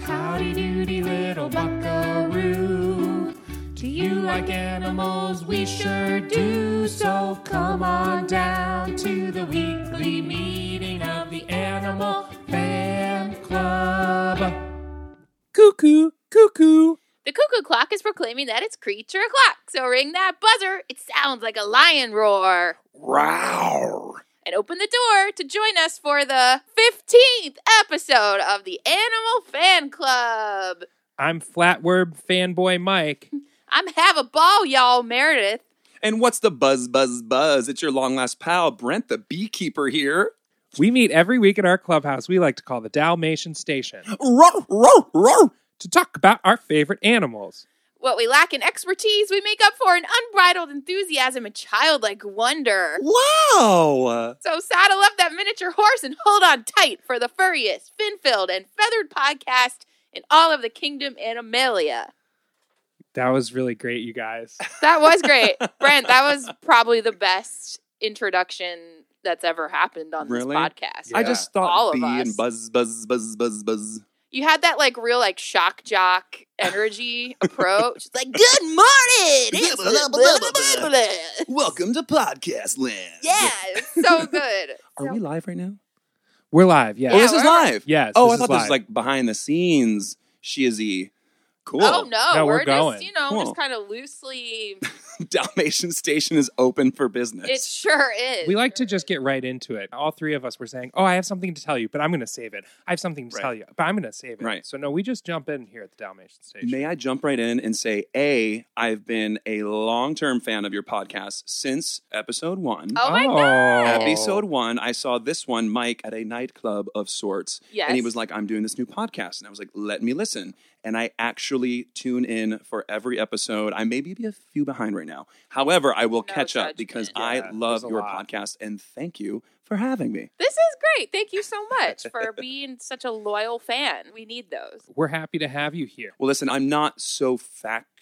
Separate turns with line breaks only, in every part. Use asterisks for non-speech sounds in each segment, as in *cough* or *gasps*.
howdy doody little buckaroo. To you like animals, we sure do. So come on down to the weekly meeting of the Animal Fan Club.
Cuckoo, cuckoo.
The cuckoo clock is proclaiming that it's creature o'clock, so ring that buzzer. It sounds like a lion roar.
Wow.
And open the door to join us for the 15th episode of the Animal Fan Club.
I'm Flatworm Fanboy Mike.
I'm Have a Ball, y'all, Meredith.
And what's the buzz, buzz, buzz? It's your long lost pal, Brent the beekeeper here.
We meet every week at our clubhouse we like to call the Dalmatian Station
Roar, roar, roar.
to talk about our favorite animals.
What we lack in expertise, we make up for in unbridled enthusiasm and childlike wonder.
Wow.
So saddle up that miniature horse and hold on tight for the furriest, fin-filled, and feathered podcast in all of the kingdom Animalia.
That was really great, you guys.
That was
*laughs*
great. Brent, that was probably the best introduction that's ever happened on
Really?
this podcast.
I
Yeah.
just
All of
thought bee
us.
and buzz, buzz, buzz, buzz, buzz.
You had that like real like shock jock energy *laughs* approach. It's like, good morning. It's
Blah, blah, blah, blah,
blah,
blah,
blah."
Welcome to podcast land.
Yeah, it's
*laughs*
so good.
Are
So-
we live right now?
We're live, yes.
Oh, this is
we're-
live.
Yes.
Oh, I
this is
thought this
live.
was like behind the scenes shizzy. Cool.
Oh no,
No, we're
we're,
going.
just you know
Cool.
just kind of loosely.
*laughs* Dalmatian Station is open for business.
It sure is.
We like to just get right into it. All three of us were saying, "Oh, I have something to tell you, but I'm going to save it. I have something to
Right.
tell you, but I'm going to save it."
Right.
So no, we just jump in here at the Dalmatian Station.
May I jump right in and say, A, I've been a long term fan of your podcast since episode one.
Oh my
Oh.
god!
Episode one, I saw this one, Mike, at a nightclub of sorts.
Yes.
And he was like, I'm doing this new podcast. And I was like, let me listen. And I actually tune in for every episode. I may be a few behind right now. However, I will
No
catch up because
judgment.
Yeah,
I love
there's a
your
lot.
podcast and thank you for having me.
This is great. Thank you so much
*laughs*
for being such a loyal fan. We need those.
We're happy to have you here.
Well, listen, I'm not so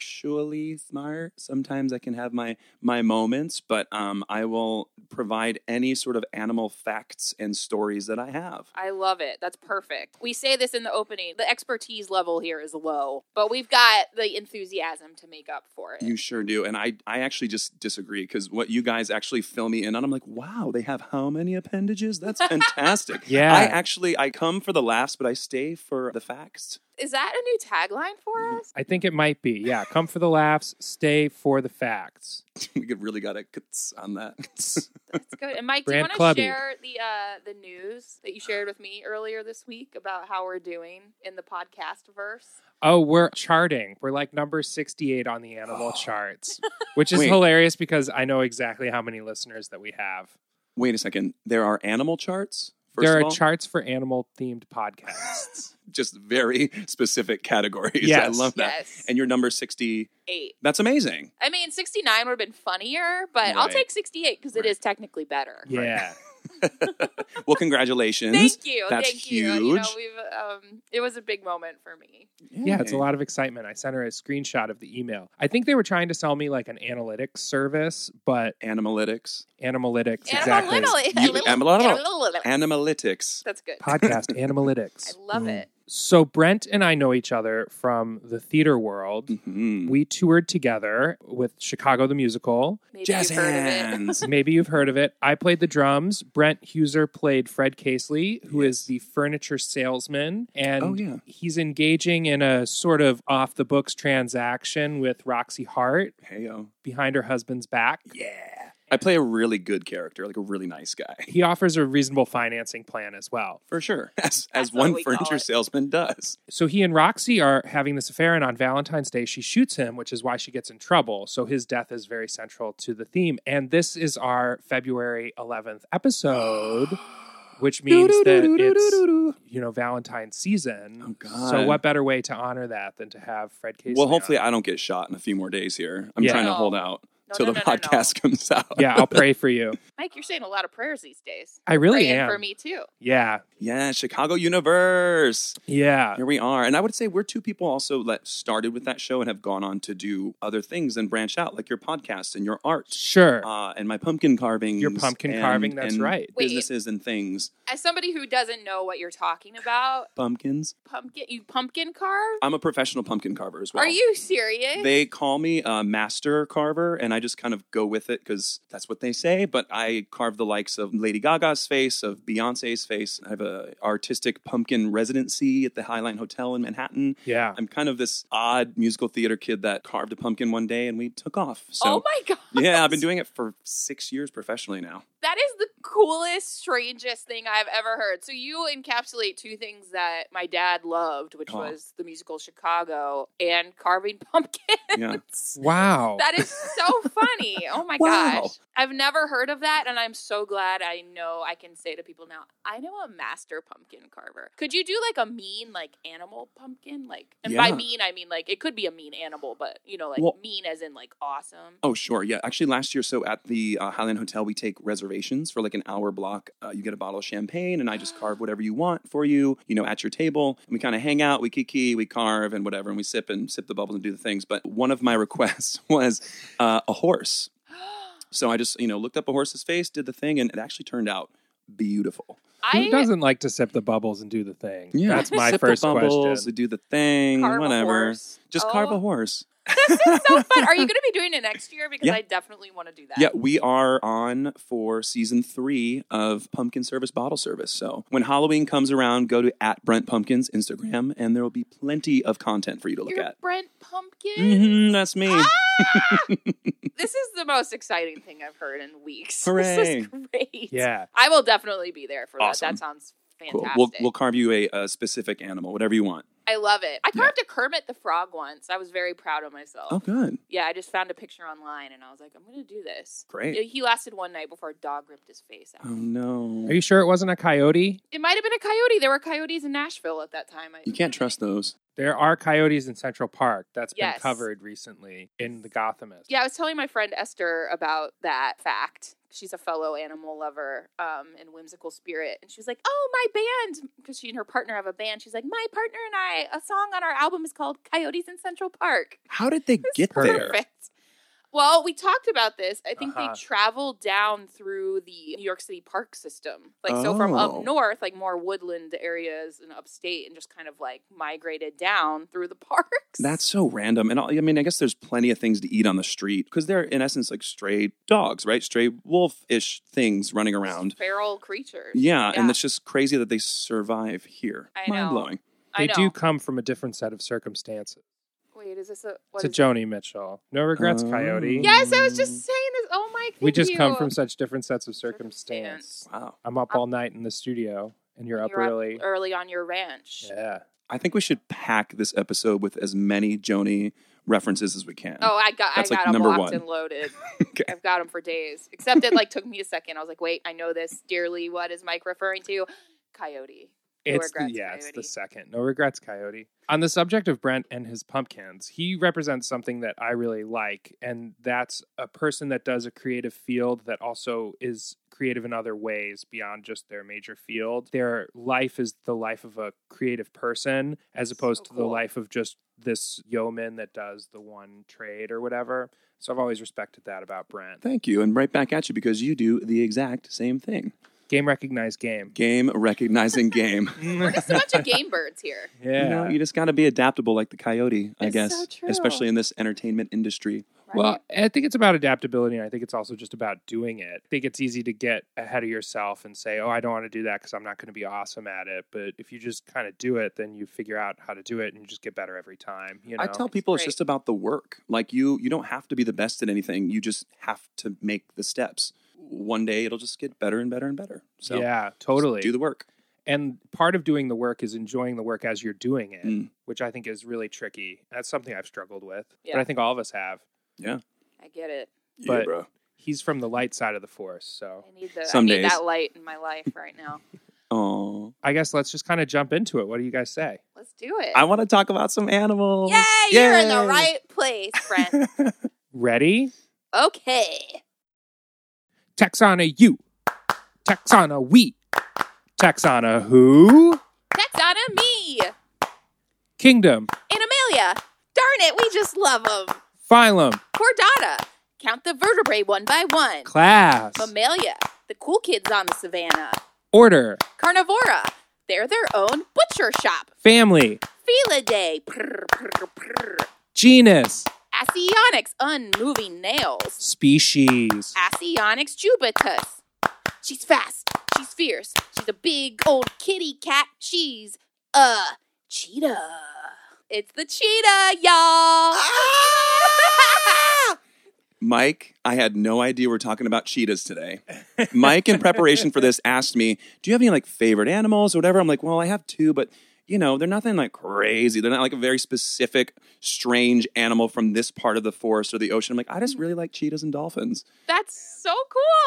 factually smart. Sometimes I can have my my moments, but um, I will provide any sort of animal facts and stories that I have.
I love it. That's perfect. We say this in the opening. The expertise level here is low, but we've got the enthusiasm to make up for it.
You sure do, and I I actually just disagree because what you guys actually fill me in on, I'm like, wow, they have how many appendages? That's fantastic.
*laughs* Yeah.
I actually I come for the laughs, but I stay for the facts. *laughs*
is that a new tagline for us?
I think it might be. Yeah, come for the laughs, stay for the facts.
we could really got a kts on that. *laughs*
That's good. And Mike,
Brand
do you
clubby.
want to share the uh, the news that you shared with me earlier this week about how we're doing in the podcast verse?
*laughs*
Oh, we're charting. We're like number 68 on the
*gasps*
animal charts, which is
Wait.
hilarious because I know exactly how many listeners that we have.
Wait a second, there are animal charts. First
there
of
are
all?
charts for animal themed podcasts.
*laughs* just very specific categories. I
Yes.
love that.
Yes.
And you're number 60.
Eight.
That's amazing.
I mean, 69 would have been funnier, but I'll
Right.
take 68 because
Right.
it is technically better.
yeah.
Well, congratulations.
Thank you.
That's
Thank you. You know,
huge.
we've, um, it was a big moment for me.
*laughs* Yeah, it's a lot of excitement. I sent her a screenshot of the email. I think they were trying to sell me like an analytics service, but
Animalytics.
animalytics
Animal
exactly.
little- *laughs*
You-
little-
animal-
little-
Animalytics.
That's good.
*laughs* Podcast animalytics.
I love it.
So Brent and I know each other from the theater world.
Mhm.
We toured together with Chicago the Musical.
Maybe *laughs*
Jazz
you've heard of it.
hands.
Maybe you've heard of it. I played the drums. Brent Huser played Fred Casely, who is the furniture salesman. And
Oh, yeah.
he's engaging in a sort of off the books transaction with Roxy Hart
Heyo.
behind her husband's back.
Yeah. I play a really good character, like a really nice guy. *laughs*
He offers a reasonable financing plan as well.
For sure. As, as
That's what
one
we call
furniture
it.
salesman does.
So he and Roxy are having this affair, and on Valentine's Day, she shoots him, which is why she gets in trouble. So his death is very central to the theme. And this is our February 11th episode, which *laughs* means that it's,
Do-do-do-do-do-do-do.
you know, Valentine's season.
Oh, God.
So what better way to honor that than to have Fred Casey?
Well, hopefully
on?
I don't get shot in a few more days here. I'm
Yeah.
trying to
No.
hold out.
No,
till
no,
the
no, no, no.
podcast *laughs* comes out.
Yeah, I'll pray for you.
Mike, you're saying a lot of prayers these days.
I really
Praying
am.
for me too.
Yeah.
Yeah, Chicago Universe.
Yeah.
Here we are. And I would say we're two people also that started with that show and have gone on to do other things and branch out, like your podcast and your art
Sure.
uh, and my pumpkin carvings.
Your pumpkin
and-
carving, that's
and
right.
Wait.
Businesses and things.
As somebody who doesn't know what you're talking about,
Pumpkins.
pumpkin you pumpkin carve?
I'm a professional pumpkin carver as well.
Are you serious?
They call me a master carver, and I just kind of go with it because that's what they say. But I carve the likes of Lady Gaga's face, of Beyonce's face. I have a artistic pumpkin residency at the Highline Hotel in Manhattan.
yeah.
I'm kind of this odd musical theater kid that carved a pumpkin one day, and we took off.
oh
So
my *laughs* god.
yeah, I've been doing it for six years professionally now.
That is the coolest, strangest thing I've ever heard. So you encapsulate two things that my dad loved, which
Aw.
was the musical Chicago and carving *laughs*
Yeah.
pumpkins.
Wow.
That is so funny. Oh my
Wow.
gosh. I've never heard of that, and I'm so glad I know I can say to people now, I know a master pumpkin carver. Could you do like a mean, like animal pumpkin? Like, and by
Yeah.
mean, I mean like it could be a mean animal, but you know, like
Well-
mean as in like awesome. *gasps*
Oh, sure. Yeah. Actually, last year, so at the uh, Highland Hotel, we take reservations for like an hour block. Uh, you get a bottle of champagne, and I just carve whatever you want for you, you know, at your table. And we kind of hang out, we kiki, we carve, and whatever, and we sip and sip the bubbles and do the things. But one of my *laughs* requests was uh, a horse. So I just, you know, looked up a horse's face, did the thing, and it actually turned out beautiful.
Who
I
doesn't like to sip the bubbles and do the thing? That's my
Sip the
first
bubbles,
question.
We do the thing,
carve
whatever.
a horse.
Just
Oh, *laughs*
carve a horse.
so fun.
*laughs*
Are you going to be doing it next year? Because
Yeah.
I definitely want to do that.
Yeah, we are on for season three of Pumpkin Service Bottle Service. So when Halloween comes around, go to at Brent Pumpkins Instagram, and there will be plenty of content for you to look
Your
at.
Brent Pumpkin.
hmm that's me.
This is the most exciting thing I've heard in weeks. *laughs* This
Hooray.
is great.
Yeah.
I will definitely be there for
Awesome.
that. That sounds
Cool.
fantastic.
We'll, we'll carve you a, a specific animal, whatever you want.
I love it. I carved a Kermit the Frog once. I was very proud of myself.
Oh, good.
Yeah, I just found a picture online and I was like, I'm going to do this.
Great.
He lasted one night before a dog ripped his face out.
Oh, no.
Are you sure it wasn't a coyote?
It might have been a coyote. There were coyotes in Nashville at that time. I,
You can't trust those.
There are coyotes in Central Park. That's
Yes.
been covered recently in The Gothamist.
Yeah, I was telling my friend Esther about that fact. She's a fellow animal lover um, and whimsical spirit. And she was like, Oh, my band. Because she and her partner have a band. She's like, My partner and I, a song on our album is called Coyotes in Central Park.
How did they get there?
Perfect. Well, we talked about this. I think
Uh-huh.
they traveled down through the New York City park system. Like, so from
Oh.
up north, like more woodland areas and upstate, and just kind of like migrated down through the *laughs* parks.
That's so random. And I I mean, I guess there's plenty of things to eat on the street because they're, in essence, like stray dogs, right? Stray wolf ish things running around.
feral creatures.
Yeah, and
Yeah.
it's just crazy that they survive here.
I
Mind
know.
blowing.
I
They
know.
do come from a different set of circumstances.
Wait, is this a
It's
what
a
is-
Joni Mitchell. No regrets,
Oh.
coyote.
Yeah.
Yes, I was just saying this. Oh my!
We
thank
just come
you.
from such different sets of circumstance.
Wow.
I'm up all night in the studio, and you're, up
You're
early.
early on your ranch.
Yeah.
I think we should pack this episode with as many Joni references as we can.
Oh, I got
That's
I
like
got them
number
locked
one.
and loaded.
*laughs* Okay.
I've got them for days. Except it like took me a second. I was like, wait, I know this dearly. What is Mike referring to? Coyote. No
It's the,
regrets,
yeah, it's the
Coyote.
second. No regrets, Coyote. On the subject of Brent and his pumpkins, he represents something that I really like, and that's a person that does a creative field that also is creative in other ways beyond just their major field. Their life is the life of a creative person as opposed to the
cool.
life of just this yeoman that does the one trade or whatever. So I've always respected that about Brent.
Thank you. And right back at you because you do the exact same thing.
Game recognized
*laughs*
game.
Game
*laughs*
recognizing game.
We're just a bunch of game birds
*laughs*
here.
You know,
yeah.
you just got to be adaptable like the coyote, I
It's
guess,
so true.
especially in this entertainment industry.
Right?
Well, I think it's about adaptability, and I think it's also just about doing it. I think it's easy to get ahead of yourself and say, "Oh, I don't want to do that because I'm not going to be awesome at it." But if you just kind of do it, then you figure out how to do it, and you just get better every time. You know,
I tell people it's
great.
just about the work. Like you you don't have to be the best at anything. You just have to make the steps. One day it'll just get better and better and better. So just
yeah, totally.
do the work.
and part of doing the work is enjoying the work as you're doing it,
Mm.
which I think is really tricky. That's something I've struggled with,
Yeah.
but I think all of us have.
I get it.
But-
bro.
He's from the light side of the force, so
I need the
Some
I need
days.
that light in my life right now.
Oh.
I guess let's just kind of jump into it. What do you guys say?
Let's do it.
I want to talk about some animals.
Yay, you're in the
Yay! *laughs*
right place, friend.
Ready?
Okay.
Taxana you. Taxana we. Taxana who?
Taxana me
Kingdom.
and Amelia. Darn it, we just love them.
Phylum.
Poor Dada. Count the vertebrae one by one.
Class.
Mammalia, the cool kids on the savannah.
Order.
Carnivora, they're their own butcher shop.
Family.
Felidae, prr, prr, prr.
Genus.
Asionics, unmoving nails.
Species.
Asionics jubatus. She's fast. She's fierce. She's a big old kitty cat. She's a cheetah. It's the cheetah, y'all.
Ah! Mike, I had no idea we're talking about cheetahs today. Mike, in preparation for this, asked me, "Do you have any like favorite animals or whatever?" I'm like, "Well, I have two, but you know, they're nothing like crazy. They're not like a very specific, strange animal from this part of the forest or the ocean." I'm like, "I just really like cheetahs and dolphins."
*laughs* That's so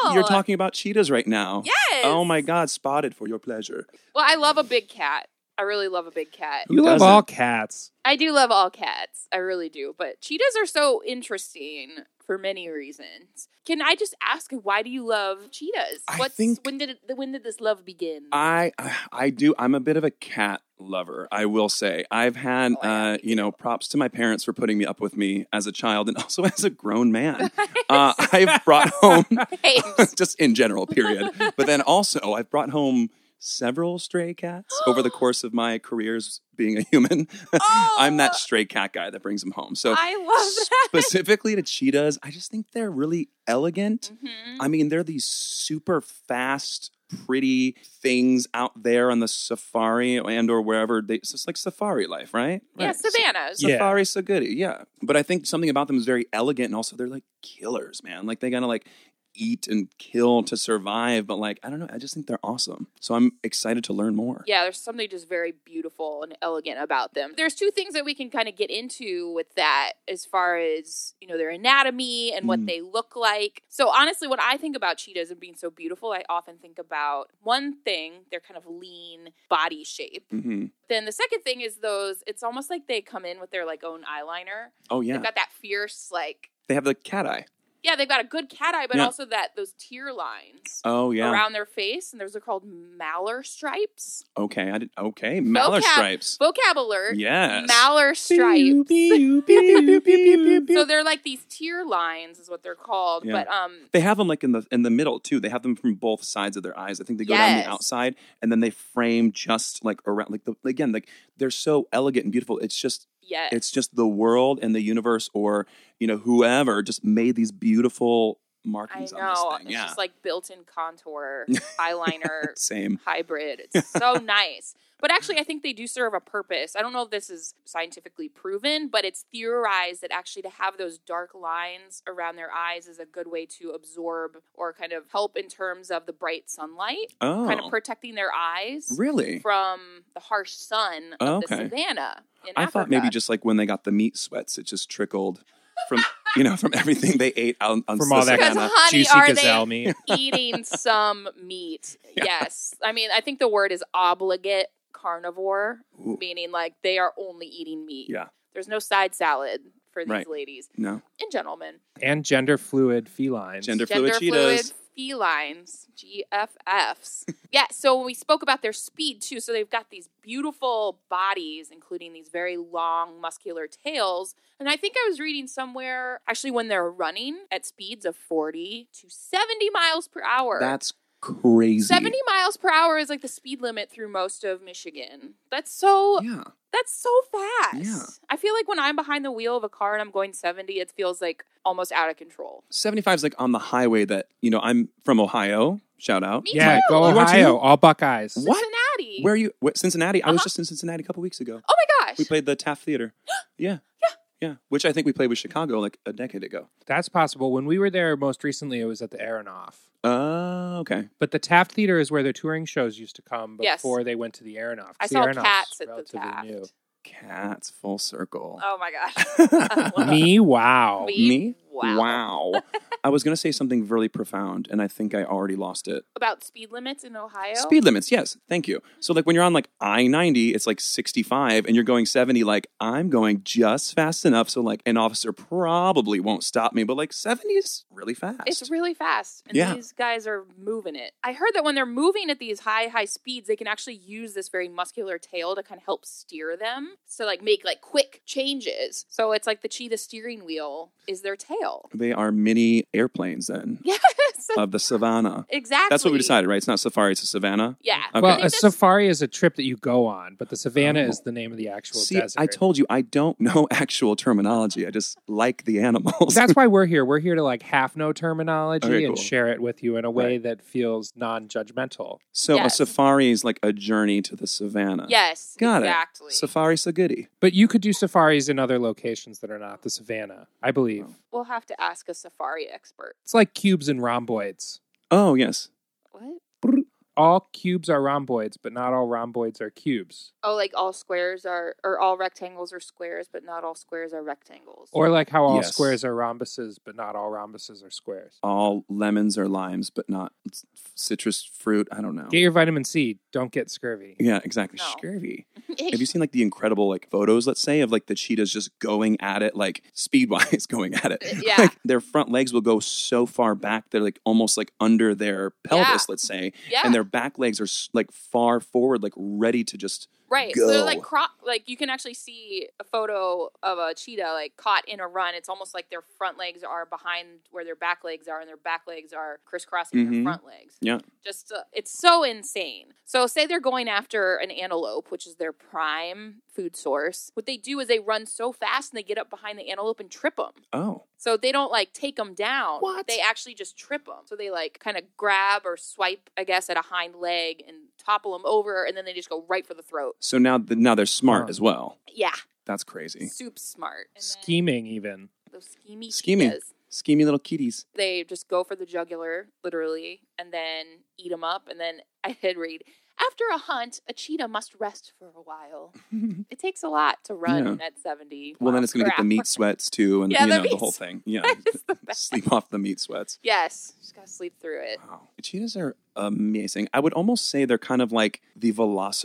cool.
You're talking about cheetahs right now.
Oh. Yes.
Oh my God, spotted for your pleasure.
Well, I love a big cat. I really love a big cat.
Who
you love
doesn't?
all cats.
I do love all cats. I really do. But cheetahs are so interesting for many reasons. Can I just ask why do you love cheetahs?
I think-
when did it, when did this love begin? *laughs*
I I do. I'm a bit of a cat lover. I will say I've had
Oh, yeah,
uh,
me
you know props to my parents for putting me up with me as a child and *laughs* also as a
*laughs*
grown man. uh, I've brought home
Babes.
*laughs* just in general, period. But then also I've brought home several stray cats
*gasps*
over the course of my careers being a human.
Oh,
I'm that stray cat guy that brings them home. So
I love that.
specifically to cheetahs, I just think they're really elegant.
Mhm.
I mean, they're these super fast, pretty things out there on the safari and or wherever. They, it's just like safari life, right?
Yeah,
Right.
savannas.
Yeah.
Safari so good, yeah. But I think something about them is very elegant, and also they're like killers, man. Like they gotta like eat and kill to survive. But like I don't know, I just think they're awesome. So I'm excited to learn more.
Yeah, there's something just very beautiful and elegant about them. There's two things that we can kind of get into with that as far as, you know, their anatomy and what
Mm.
they look like. So honestly, what I think about cheetahs and being so beautiful, I often think about one thing, their kind of lean body shape.
hmm
Then the second thing is those it's almost like they come in with their like own eyeliner.
Oh yeah,
They've got that fierce like
they have the cat eye.
yeah, they've got a good cat eye, but
Yeah.
also that those tear lines.
Oh yeah.
Around their face, and those are called malar stripes.
okay, I did. Okay, malar
Vocab-
stripes.
Vocab alert.
Yes.
Malar stripes. *laughs* So
so
they're like these tier lines, is what they're called.
Yeah.
But um,
They have them like in the in the middle too. They have them from both sides of their eyes. I think they go down
Yes.
the outside and then they frame just like around like the again like they're so elegant and beautiful. It's just
yes,
it's just the world and the universe or you know whoever just made these beautiful
I
markings
know
on this
it's
thing. Yeah.
just like built-in
*laughs*
contour eyeliner
Same.
hybrid.
*laughs*
It's so nice. But actually, I think they do serve a purpose. I don't know if this is scientifically proven, but it's theorized that actually to have those dark lines around their eyes is a good way to absorb or kind of help in terms of the bright sunlight,
Oh.
kind of protecting their eyes
really?
from the harsh sun
Oh,
of
okay.
the savannah. In
I thought maybe
Africa.
just like when they got the meat sweats it just trickled from you know from *laughs* everything they ate on, on
From all
the
that
Because
kind of
savannah.
honey,
juicy
are they-
gazelle meat.
eating some
*laughs*
meat. Yes. I mean, I think the word is obligate carnivore,
Ooh,
meaning like they are only eating meat.
Yeah.
There's no side salad for these
Right.
ladies
no.
and gentlemen.
And gender fluid felines.
Gender
Gender
fluid cheetahs.
felines,
*laughs*
GFFs. yeah. So when we spoke about their speed too, so they've got these beautiful bodies, including these very long muscular tails. And I think I was reading somewhere actually when they're running at speeds of 40 to 70 miles per hour.
That's crazy.
70 miles per hour is like the speed limit through most of Michigan. That's so
Yeah.
that's so fast.
Yeah.
I feel like when I'm behind the wheel of a car and I'm going 70, it feels like almost out of control.
75 is like on the highway that, you know, I'm from Ohio. Shout out.
Me
Yeah,
too.
go
You want to?
Ohio, all Buckeyes.
What?
Cincinnati.
Where are you? What, Cincinnati? I was
Uh-huh.
just in Cincinnati a couple weeks ago.
Oh my gosh.
We played the Taft
*gasps*
Theater. Yeah. Yeah. Yeah. Which I think we played with Chicago like a decade ago.
That's possible. When we were there most recently, it was at the Aronoff.
Oh, okay.
But the Taft Theater is where their touring shows used to come
Yes.
before they went to the Aronoff. 'cause
I
the
saw
Aronoff's
cats at the
relatively
Taft.
new.
Cats full circle. *laughs*
Oh my gosh.
Oh.
Wow.
Me, wow.
Me?
Me?
Wow.
Wow.
*laughs*
I was going to say something really profound, and I think I already lost it.
About speed limits in Ohio.
Speed limits, yes. Thank you. So, like, when you're on like I 90, it's like 65, and you're going 70, like, I'm going just fast enough. So, like, an officer probably won't stop me, but like 70 is really fast.
It's really fast. And
Yeah.
these guys are moving it. I heard that when they're moving at these high, high speeds, they can actually use this very muscular tail to kind of help steer them. So like make like quick changes. So it's like the cheetah steering wheel is their tail. *laughs*
they are mini airplanes, then,
Yes.
of the savannah.
exactly.
That's what we decided, right? It's not safari, it's a savannah.
Yeah.
Okay.
I
Well, uh,
think
a
that's-
safari is a trip that you go on, but the savannah
Oh.
is the name of the actual
See,
desert.
I told you I don't know *laughs* actual terminology. I just like the animals.
That's why we're here. We're here to like half know terminology
Okay,
and
cool.
share it with you in a way that feels non-judgmental.
*laughs* so
Yes.
a safari is like a journey to the savannah.
Yes.
Got it.
exactly.
Safari Sagudi.
But you could do safaris in other locations that are not the savannah, I believe.
We'll have to ask a safari expert.
It's like cubes and rhomboids.
Oh yes.
What?
All cubes are rhomboids, but not all rhomboids are cubes.
Oh, like all squares are, or all rectangles are squares, but not all squares are rectangles.
Or
*laughs*
like how all
Yes.
squares are rhombuses, but not all rhombuses are squares.
All lemons are limes, but not c- citrus fruit. I don't know.
Get your vitamin C. Don't get scurvy.
Oh. yeah, exactly.
No. *laughs*
Scurvy. Have you seen like the incredible like photos, let's say, of like the cheetahs just going at it, like speed wise *laughs* going at it.
Uh, Yeah.
Like their front legs will go so far back, they're like almost like under their pelvis,
Yeah.
let's say.
yeah.
And their back legs are s- like far forward, like ready to just
Right. So they're like
Go.
cro- like you can actually see a photo of a cheetah like caught in a run. It's almost like their front legs are behind where their back legs are, and their back legs are crisscrossing their
Mhm.
front legs.
Yeah.
Just uh, it's so insane. So say they're going after an antelope, which is their prime food source. What they do is they run so fast and they get up behind the antelope and trip them.
oh.
So they don't like take them down.
What?
They actually just trip them. So they like kind of grab or swipe, I guess, at a hind leg and topple them over, and then they just go right for the throat.
So now the, now they're smart
Huh.
as well.
Yeah,
That's crazy.
soup smart. And then
Scheming, even.
Those schemy
Scheming.
cheetahs,
Schemy little kitties.
They just go for the jugular, literally, and then eat them up. And then I did read after a hunt, a cheetah must rest for a while. It takes a lot to run at 70.
Mm-hmm. Well, then
miles
it's going
per
to get the
hour.
meat sweats too, and
Yeah,
you
the
know the
meat
whole thing.
*laughs*
Yeah,
It's the best.
sleep off the meat sweats.
Yes, just got to sleep through it.
Wow, cheetahs are amazing. I would almost say they're kind of like the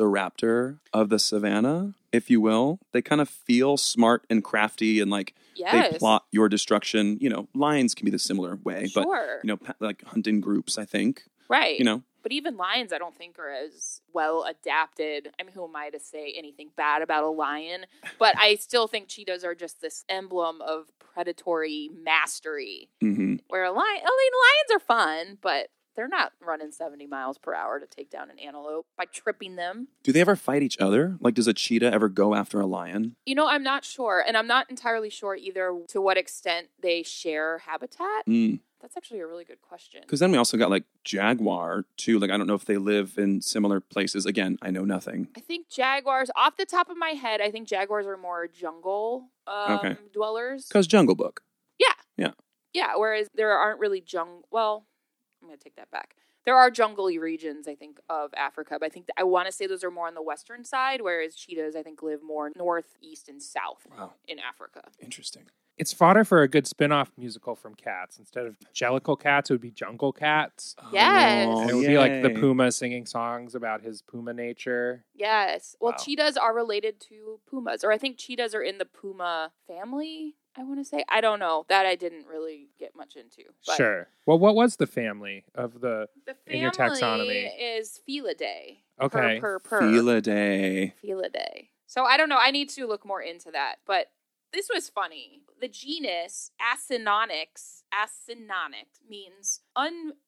Velociraptor of the savannah, if you will. They kind of feel smart and crafty, and like
Yes.
they plot your destruction. You know, lions can be the similar way, but
Sure.
you know, pa- like hunt in groups. I think
right.
you know.
But even lions, I don't think are as well adapted. I mean, who am I to say anything bad about a lion? But I still think cheetahs are just this emblem of predatory mastery.
hmm
Where a lion, I mean, lions are fun, but they're not running 70 miles per hour to take down an antelope by tripping them.
Do they ever fight each other? Like, does a cheetah ever go after a lion?
You know, I'm not sure, and I'm not entirely sure either to what extent they share habitat.
Mm.
That's actually a really good question.
Because then we also got like jaguar too. Like I don't know if they live in similar places. Again, I know nothing.
I think jaguars, off the top of my head, I think jaguars are more jungle um,
Okay.
dwellers.
Because Jungle Book.
Yeah, whereas there aren't really jungle. Well, I'm going to take that back. There are jungly regions, I think, of Africa, but I think I want to say those are more on the western side, whereas cheetahs, I think, live more north, east, and south
Wow,
in Africa.
interesting.
It's fodder for a good spin off musical from cats. Instead of Jellicle Cats, it would be Jungle Cats.
Yes.
Oh,
And it would be like the
yay.
puma singing songs about his puma nature.
Yes. Well,
Wow.
cheetahs are related to pumas, or I think cheetahs are in the puma family. I want to say I don't know that I didn't really get much into. But
Sure. Well, what was the family of the?
The family
In your taxonomy.
is Felidae.
Okay.
Per, per, per.
Felidae.
Felidae. So I don't know. I need to look more into that. But this was funny. The genus Asinonyx, Asinonyx means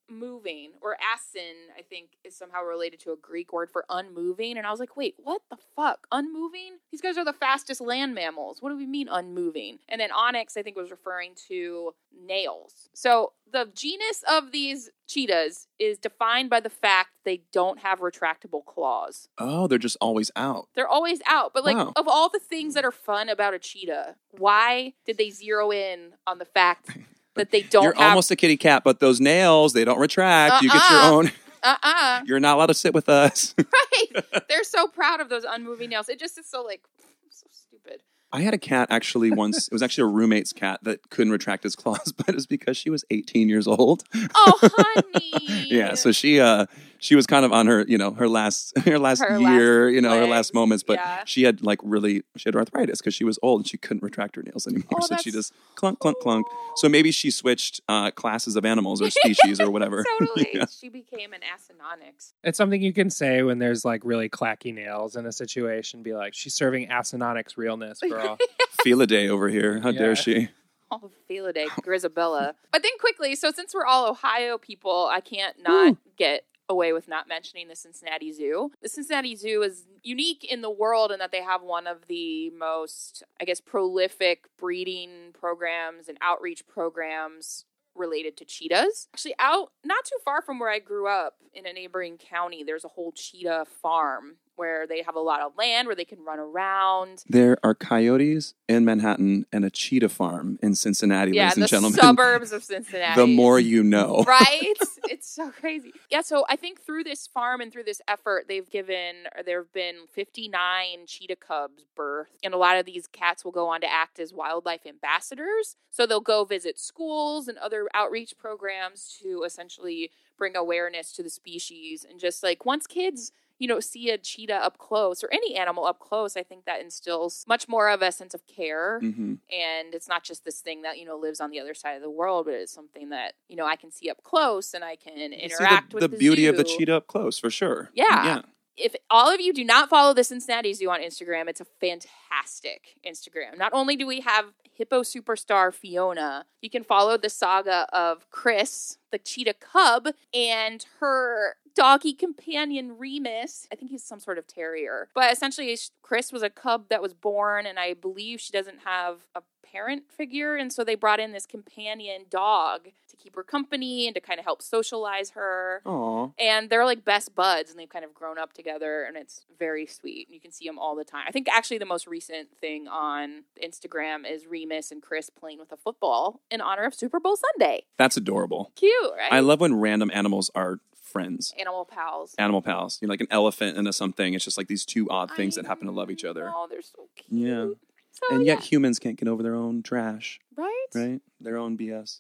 unmoving, or asin, I think, is somehow related to a Greek word for unmoving. And I was like, wait, what the fuck? Unmoving? These guys are the fastest land mammals. What do we mean unmoving? And then onyx, I think, was referring to nails. So the genus of these cheetahs is defined by the fact they don't have retractable claws.
Oh, they're just always out.
They're always out. But like
Wow.
of all the things that are fun about a cheetah, why did they zero in on the
*laughs*
fact that they don't
You're
have
almost a kitty cat, but those nails, they don't retract. You get your
Uh-uh.
own.
*laughs*
*laughs*
uh-uh. *laughs*
You're not allowed to sit with us. *laughs*
Right. They're *laughs* so proud of those unmoving nails. It just is so like so stupid.
I had a cat actually once. It was actually a roommate's cat that couldn't retract his claws, *laughs* but it was because she was 18 years old. *laughs*
Oh, honey.
Yeah, so she uh she was kind of on her, you know, her last *laughs* her last
Her
year,
last
you know, her
legs,
last moments, but
yeah.
she had like really she had arthritis because she was old and she couldn't retract her nails anymore.
Oh,
*laughs* so she
that's-
just clunk clunk clunk. So maybe she switched uh classes of
*laughs*
animals or species or whatever. *laughs*
totally.
Yeah.
She became an Asinonics.
It's something you can say when there's like really clacky nails in a situation. Be like, she's serving Asinonics
*laughs*
realness, girl.
Felidae over here. How
Yeah.
dare she?
Oh, Felidae,
*laughs*
Grisabella. but then quickly, so since we're all Ohio people, I can't not get away with not mentioning the Cincinnati Zoo. The Cincinnati Zoo is unique in the world in that they have one of the most, I guess, prolific breeding programs and outreach programs related to cheetahs. Actually, out not too far from where I grew up in a neighboring county, there's a whole cheetah farm where they have a lot of land where they can run around.
There are coyotes in Manhattan and a cheetah farm in Cincinnati,
yeah,
ladies and
the
gentlemen.
suburbs of Cincinnati.
*laughs* the more you know. *laughs*
right? It's so crazy. Yeah, so I think through this farm and through this effort, they've given or there have been 59 cheetah cubs birth, and a lot of these cats will go on to act as wildlife ambassadors. So they'll go visit schools and other outreach programs to essentially bring awareness to the species and just like once kids you know see a cheetah up close or any animal up close i think that instills much more of a sense of care
hmm
and it's not just this thing that you know lives on the other side of the world but it's something that you know i can see up close and i can
You see the-
interact with
the, beauty of the
zoo.
cheetah up close for sure.
Yeah. if all of you do not follow the cincinnati zoo on instagram it's a fantastic instagram not only do we have hippo superstar fiona you can follow the saga of chris the cheetah cub and her doggy companion remus i think he's some sort of terrier but essentially chris was a cub that was born and i believe she doesn't have a parent figure and so they brought in this companion dog to keep her company and to kind of help socialize her
Aw.
and they're like best buds and they've kind of grown up together and it's very sweet and you can see them all the time i think actually the most recent thing on instagram is remus and chris playing with a football in honor of super bowl sunday
That's adorable.
cute right
I love when random animals are friends.
animal pals
Animal pals. You know, like an elephant and a something. It's just like these two odd things that happen to love each other.
oh they're so cute
Yeah.
so
And
Oh, yeah,
yet humans can't get over their own trash,
right i
right? Their own BS.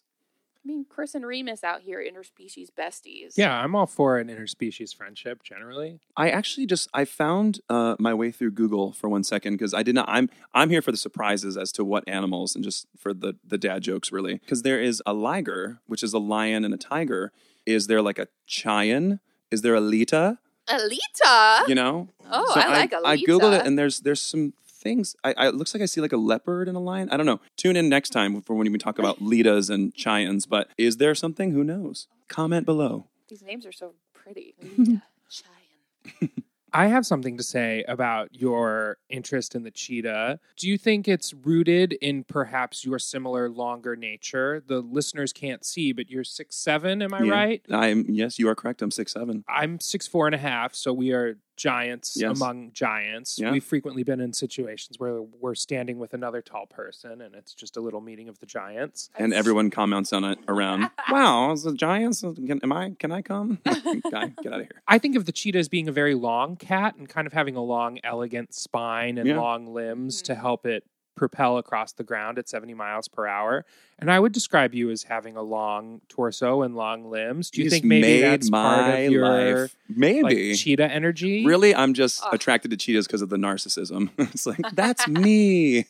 mean chris and remus out here interspecies besties
yeah, I'm all for an interspecies friendship generally.
I actually just I found uh, my way through Google for one second because I did not. I'm I'm here for the surprises as to what animals and just for the the dad jokes really because there is a liger which is a lion and a tiger. Is there like a chion? Is there a lita?
alita
You know?
oh
So
i like alita
I googled it and there's there's some things. I, I it looks like I see like a leopard and a lion. I don't know. Tune in next time for when we talk about litas and chions. But is there something? Who knows? Comment below.
these names are so
*laughs*
pretty alita Cheyenne.
I have something to say about your interest in the cheetah. Do you think it's rooted in perhaps your similar longer nature? The listeners can't see, but you're six seven, am I
Yeah.
right?
I'm yes, you are correct. I'm six seven.
I'm six four and a half, so we are giants
Yes.
among giants.
Yeah.
We've frequently been in situations where we're standing with another tall person, and it's just a little meeting of the giants.
and everyone comments on it around. wow, is the Giants? uh, Can, am I? Can I come? Guy, get out of here.
I think of the cheetah as being a very long cat and kind of having a long, elegant spine and
Yeah.
long limbs to
Mhm.
help it propel across the ground at 70 miles per hour. And I would describe you as having a long torso and long limbs. Do you
He's
think maybe
made
that's part
my
of your
life. Maybe.
like, cheetah energy?
Really, I'm just
Ugh.
attracted to cheetahs because of the narcissism. *laughs* it's like that's me.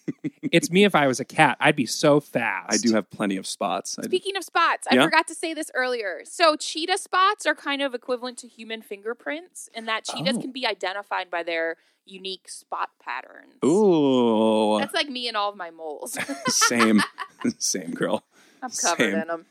It's me if I was a cat. I'd be so fast.
I do have plenty of spots. I,
Speaking of spots, I
Uh, Yeah?
forgot to say this earlier. So cheetah spots are kind of equivalent to human fingerprints in that cheetahs
Oh.
can be identified by their unique spot patterns. *laughs*
Ooh,
That's like me and all of my moles. *laughs*
same, *laughs* same girl.
I'm covered
Same.
in them.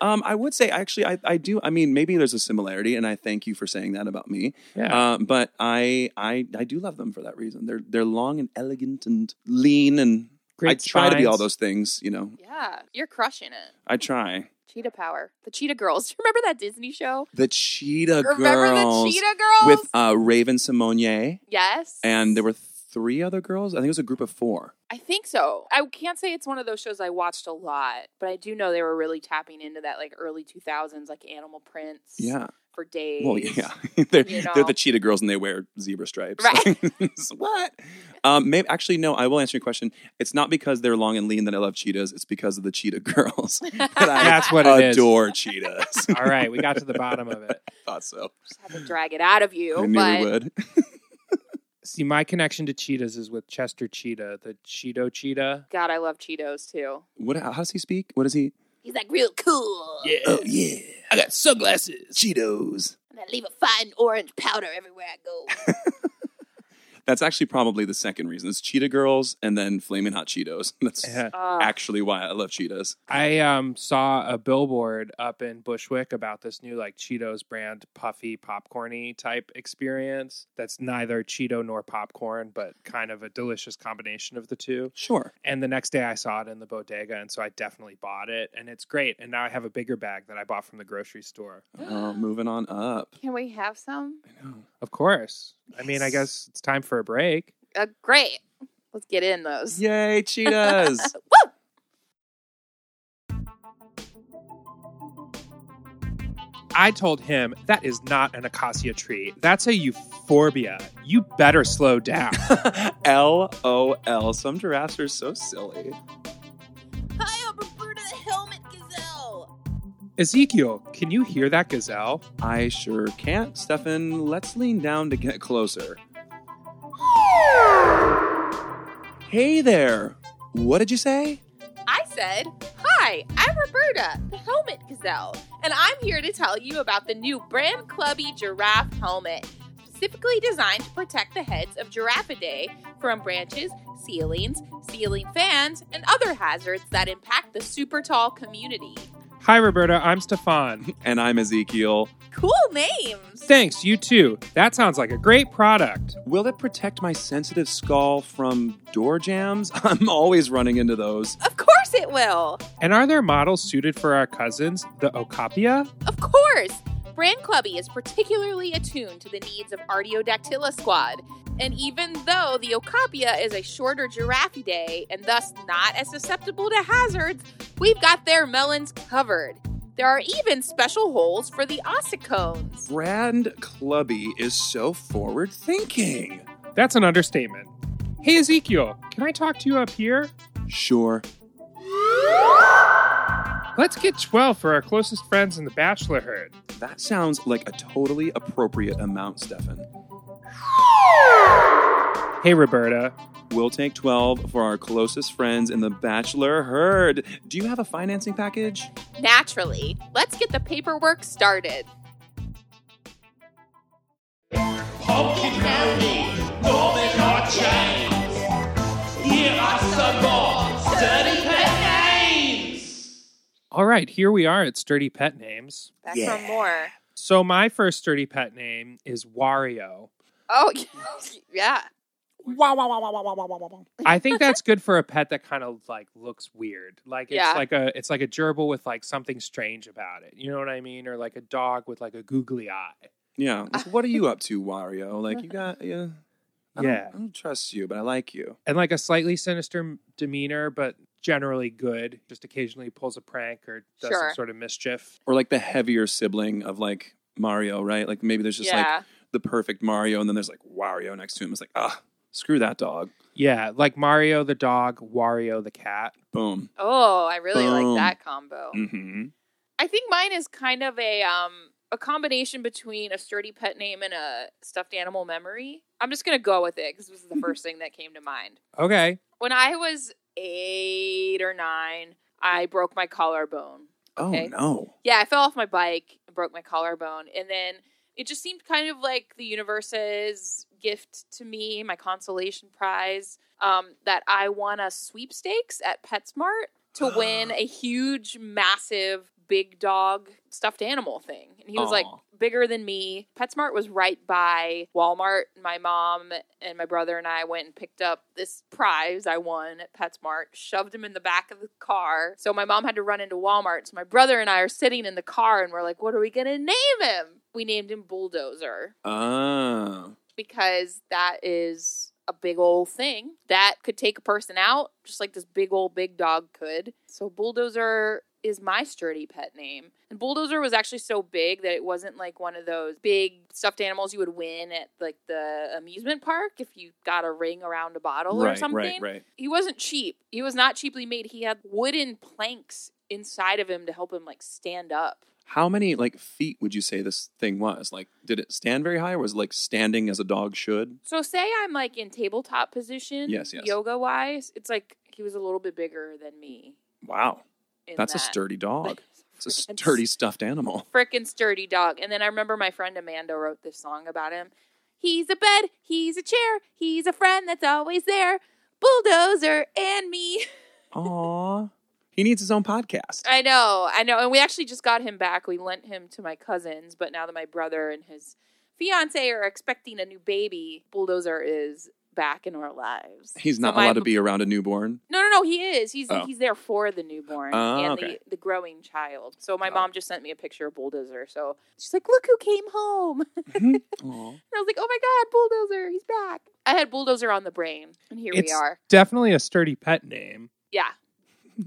Um, I would say actually, I, I do. I mean, maybe there's a similarity, and I thank you for saying that about me.
Yeah.
Uh, but I, I, I do love them for that reason. They're they're long and elegant and lean, and
Great
I try to be all
spines.
those things. You know,
Yeah, you're crushing it.
I try.
Cheetah power. The Cheetah Girls. *laughs* Do you remember that Disney show?
The Cheetah
Remember
Girls
the Cheetah Girls?
with uh, Raven Simonier,
yes.
and there were three other girls. I think it was a group of four.
I think so. I can't say it's one of those shows I watched a lot, but I do know they were really tapping into that like early 2000s, like animal prints.
Yeah.
For days.
Well, *laughs* yeah, they're
You
they're
know.
*laughs* the Cheetah Girls, and they wear zebra stripes.
Right.
what? Um, maybe actually no. I will answer your question. It's not because they're long and lean that I love cheetahs. It's because of the cheetah girls. *laughs* that I
That's what it is.
adore cheetahs. *laughs*
All right, we got to the bottom of it.
Thought so.
Just had to drag it out of you.
I knew
but
we would.
See, my connection to cheetahs is with Chester Cheetah, the Cheeto Cheetah.
God, I love Cheetos too.
What? How does he speak? What is he?
He's like real cool.
Yeah.
Oh yeah,
I got sunglasses.
Cheetos.
And I leave a fine orange powder everywhere I go. *laughs*
That's actually probably the second reason. It's cheetah girls and then flaming hot Cheetos. *laughs* That's
Uh,
actually why I love cheetahs.
I um, saw a billboard up in Bushwick about this new like Cheetos brand puffy popcorny type experience that's neither Cheeto nor popcorn, but kind of a delicious combination of the two.
Sure.
And the next day I saw it in the bodega, and so I definitely bought it, and it's great. And now I have a bigger bag that I bought from the grocery store.
Uh, moving on up.
Can we have some?
Of course. I mean, I
Yes.
guess it's time for a break.
Uh, great. Let's get in those.
Yay, cheetahs!
Woo!
I told him that is not an acacia tree. That's a euphorbia. You better slow down.
*laughs*
*laughs*
L O L. Some giraffes are so silly.
Hi, I prefer to the helmet gazelle.
Ezekiel, can you hear that gazelle?
I sure can't, Stefan. Let's lean down to get closer. Hey there. What did you say?
I said, Hi, I'm Roberta, the helmet gazelle, and I'm here to tell you about the new brand clubby giraffe helmet, specifically designed to protect the heads of giraffidae from branches, ceilings, ceiling fans, and other hazards that impact the super tall community.
Hi, Roberta. I'm Stefan. *laughs*
And I'm Ezekiel.
Cool names!
Thanks, you too. That sounds like a great product.
Will it protect my sensitive skull from door jams? *laughs* I'm always running into those.
Of course it will!
And are there models suited for our cousins, the Okapia?
Of course! Brand Clubby is particularly attuned to the needs of Artiodactyla Squad. And even though the Okapia is a shorter giraffidae and thus not as susceptible to hazards, we've got their melons covered. There are even special holes for the ossicones.
Brand Clubby is so forward thinking.
That's an understatement. Hey, Ezekiel, can I talk to you up here?
Sure.
Let's get 12 for our closest friends in the Bachelor herd.
That sounds like a totally appropriate amount, Stefan.
Hey, Roberta.
We'll take 12 for our closest friends in the Bachelor herd. Do you have a financing package?
Naturally, let's get the paperwork started.
Pumpkin County, Northern Hot Chains. Here are some more sturdy pet names.
All right, here we are at Sturdy Pet Names.
Back
Yeah.
for more.
So, my first Sturdy Pet name is Wario.
Oh, *laughs* yeah.
I think that's good for a pet that kind of like looks weird. Like it's
Yeah.
like a it's like a gerbil with like something strange about it. You know what I mean? Or like a dog with like a googly eye.
Yeah.
*laughs*
Like, what are you up to, Wario? Like, you got, yeah. I don't,
Yeah.
I don't trust you, but I like you.
And like a slightly sinister m- demeanor, but generally good. Just occasionally pulls a prank or does
Sure.
some sort of mischief.
Or like the heavier sibling of like Mario, right? Like maybe there's just like
yeah.
the perfect Mario, and then there's like Wario next to him. It's like, ah, screw that dog.
Yeah, like Mario the dog, Wario the cat.
Boom.
oh, I really
Boom.
like that combo.
Mm-hmm.
I think mine is kind of a um a combination between a sturdy pet name and a stuffed animal memory. I'm just gonna go with it because this is the first thing that came to mind.
Okay.
When I was eight or nine, I broke my collarbone. Okay.
Oh, no.
Yeah, I fell off my bike and broke my collarbone, and then it just seemed kind of like the universe's gift to me, my consolation prize, um, that I won a sweepstakes at PetSmart to win a huge, massive, big dog stuffed animal thing. And he was like
Aw.
bigger than me. PetSmart was right by Walmart. My mom and my brother and I went and picked up this prize I won at PetSmart, shoved him in the back of the car. So my mom had to run into Walmart. So my brother and I are sitting in the car and we're like, what are we going to name him? We named him Bulldozer
Ah.
because that is a big old thing that could take a person out, just like this big old big dog could. So bulldozer is my sturdy pet name. And Bulldozer was actually so big that it wasn't like one of those big stuffed animals you would win at like the amusement park if you got a ring around a bottle or
right,
something
right, right.
he wasn't cheap. He was not cheaply made. He had wooden planks inside of him to help him like stand up.
How many like feet would you say this thing was? Like, did it stand very high, or was it like standing as a dog should?
So say I'm like in tabletop position,
Yes, yes.
yoga wise, it's like he was a little bit bigger than me.
Wow,
in
that's a
that. *laughs*
sturdy dog. It's a
Freaking
sturdy
*laughs*
stuffed animal.
frickin' sturdy dog. And then I remember my friend Amanda wrote this song about him. He's a bed, he's a chair, he's a friend that's always there. Bulldozer and me. *laughs*
Aw, he needs his own podcast.
I know, I know. And we actually just got him back. We lent him to my cousins, but now that my brother and his fiance are expecting a new baby, Bulldozer is back in our lives.
He's
So
not
my-
allowed to be around a newborn.
No, no, no. He is. He's
Oh.
he's there for the newborn
Oh,
and
okay.
the, the growing child. So my
Got
mom just sent me a picture of Bulldozer. So she's like, "Look who came home." *laughs*
Aw.
And I was like, oh my God, Bulldozer, he's back. I had Bulldozer on the brain, and here
It's-
we are.
Definitely a sturdy pet name.
Yeah.
*laughs*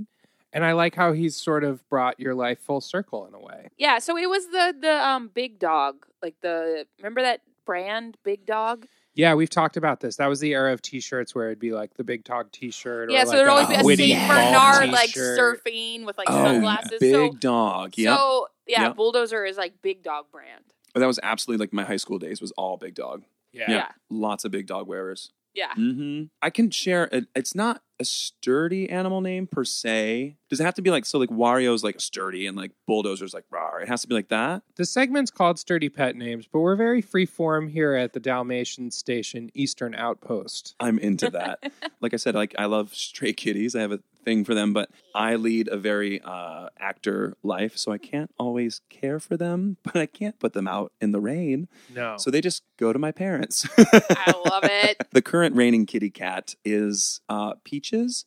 And I like how he's sort of brought your life full circle in a way.
Yeah, so it was the the um big dog, like the remember that brand Big Dog?
Yeah, we've talked about this. That was the era of t-shirts where it'd be like the big dog t-shirt. Or
yeah, so
like
there'd always be a
witty
Saint
ball
Bernard like
t-shirt.
surfing with like
Oh,
sunglasses.
big
so,
dog. Yep.
so yeah,
Yep.
Bulldozer is like Big Dog brand.
But that was absolutely like my high school days was all big dog.
Yeah.
Yeah.
Yeah.
Lots of big dog wearers.
Yeah.
hmm I can share. A, it's not a sturdy animal name per se. Does it have to be like so? Like Wario's like sturdy and like Bulldozer's like rar. It has to be like that.
The segment's called Sturdy Pet Names, but we're very free form here at the Dalmatian Station Eastern Outpost.
I'm into
*laughs*
that. like I said, like I love stray kitties. I have a thing for them, but I lead a very uh, actor life, so I can't always care for them. *laughs* But I can't put them out in the rain,
No.
so they just go to my parents.
I love it.
The current reigning kitty cat is uh, Peaches,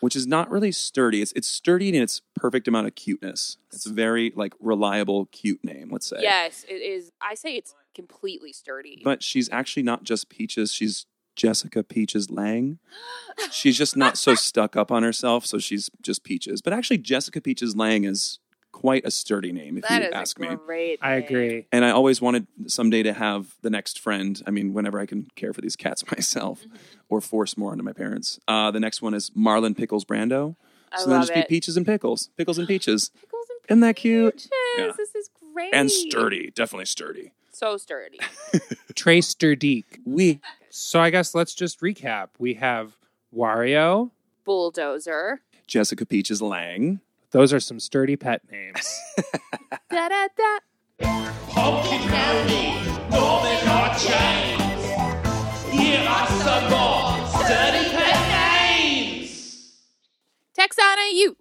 which is not really sturdy. It's it's sturdy in its perfect amount of cuteness. It's a very like reliable, cute name, let's say.
Yes, it is. I say it's completely sturdy.
But she's actually not just Peaches. She's Jessica Peaches Lang. She's just
*laughs*
not so stuck up on herself, so she's just Peaches. But actually, Jessica Peaches Lang is quite a sturdy name, if
that
you
is
ask
a
me.
great.
I
name.
agree.
And I always wanted someday to have the next friend. I mean, whenever I can care for these cats *laughs* myself
Mm-hmm.
or force more onto my parents. Uh, the next one is Marlon Pickles Brando.
I
so
love
then just be
it.
peaches and pickles, pickles and peaches,
Pickles and
Isn't that cute?
peaches.
Yeah.
This is great
and sturdy, definitely sturdy.
So sturdy.
Trey Sturdeek.
We
So I guess let's just recap. We have Wario.
Bulldozer.
Jessica Peaches
*laughs*
Lang.
Those are some sturdy pet names.
da da da.
Pumpkin brownie, Northern Hot Chains. Here are some more sturdy pet names.
Tax on a you.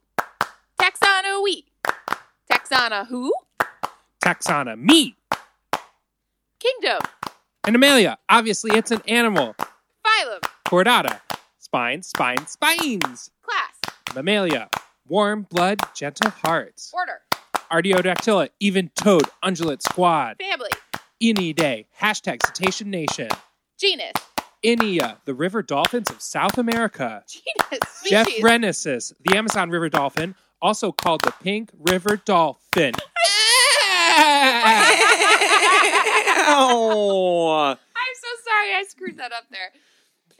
Tax on a we. Tax on a who?
Taxana, me,
Kingdom.
and Amelia. Obviously, it's an animal.
Phylum.
Chordata. Spine, spine, spines.
Class.
Mammalia. Warm blood, gentle hearts.
Order.
Artiodactyla, even toed, undulate squad.
Family.
Any day. Hashtag Cetacean Nation.
Genus.
Inia, the river dolphins of South America.
Genus. Species.
Jeff *laughs* Renesis, the Amazon River dolphin, also called the pink river dolphin.
Ow!
Oh
I'm so sorry I screwed that up there.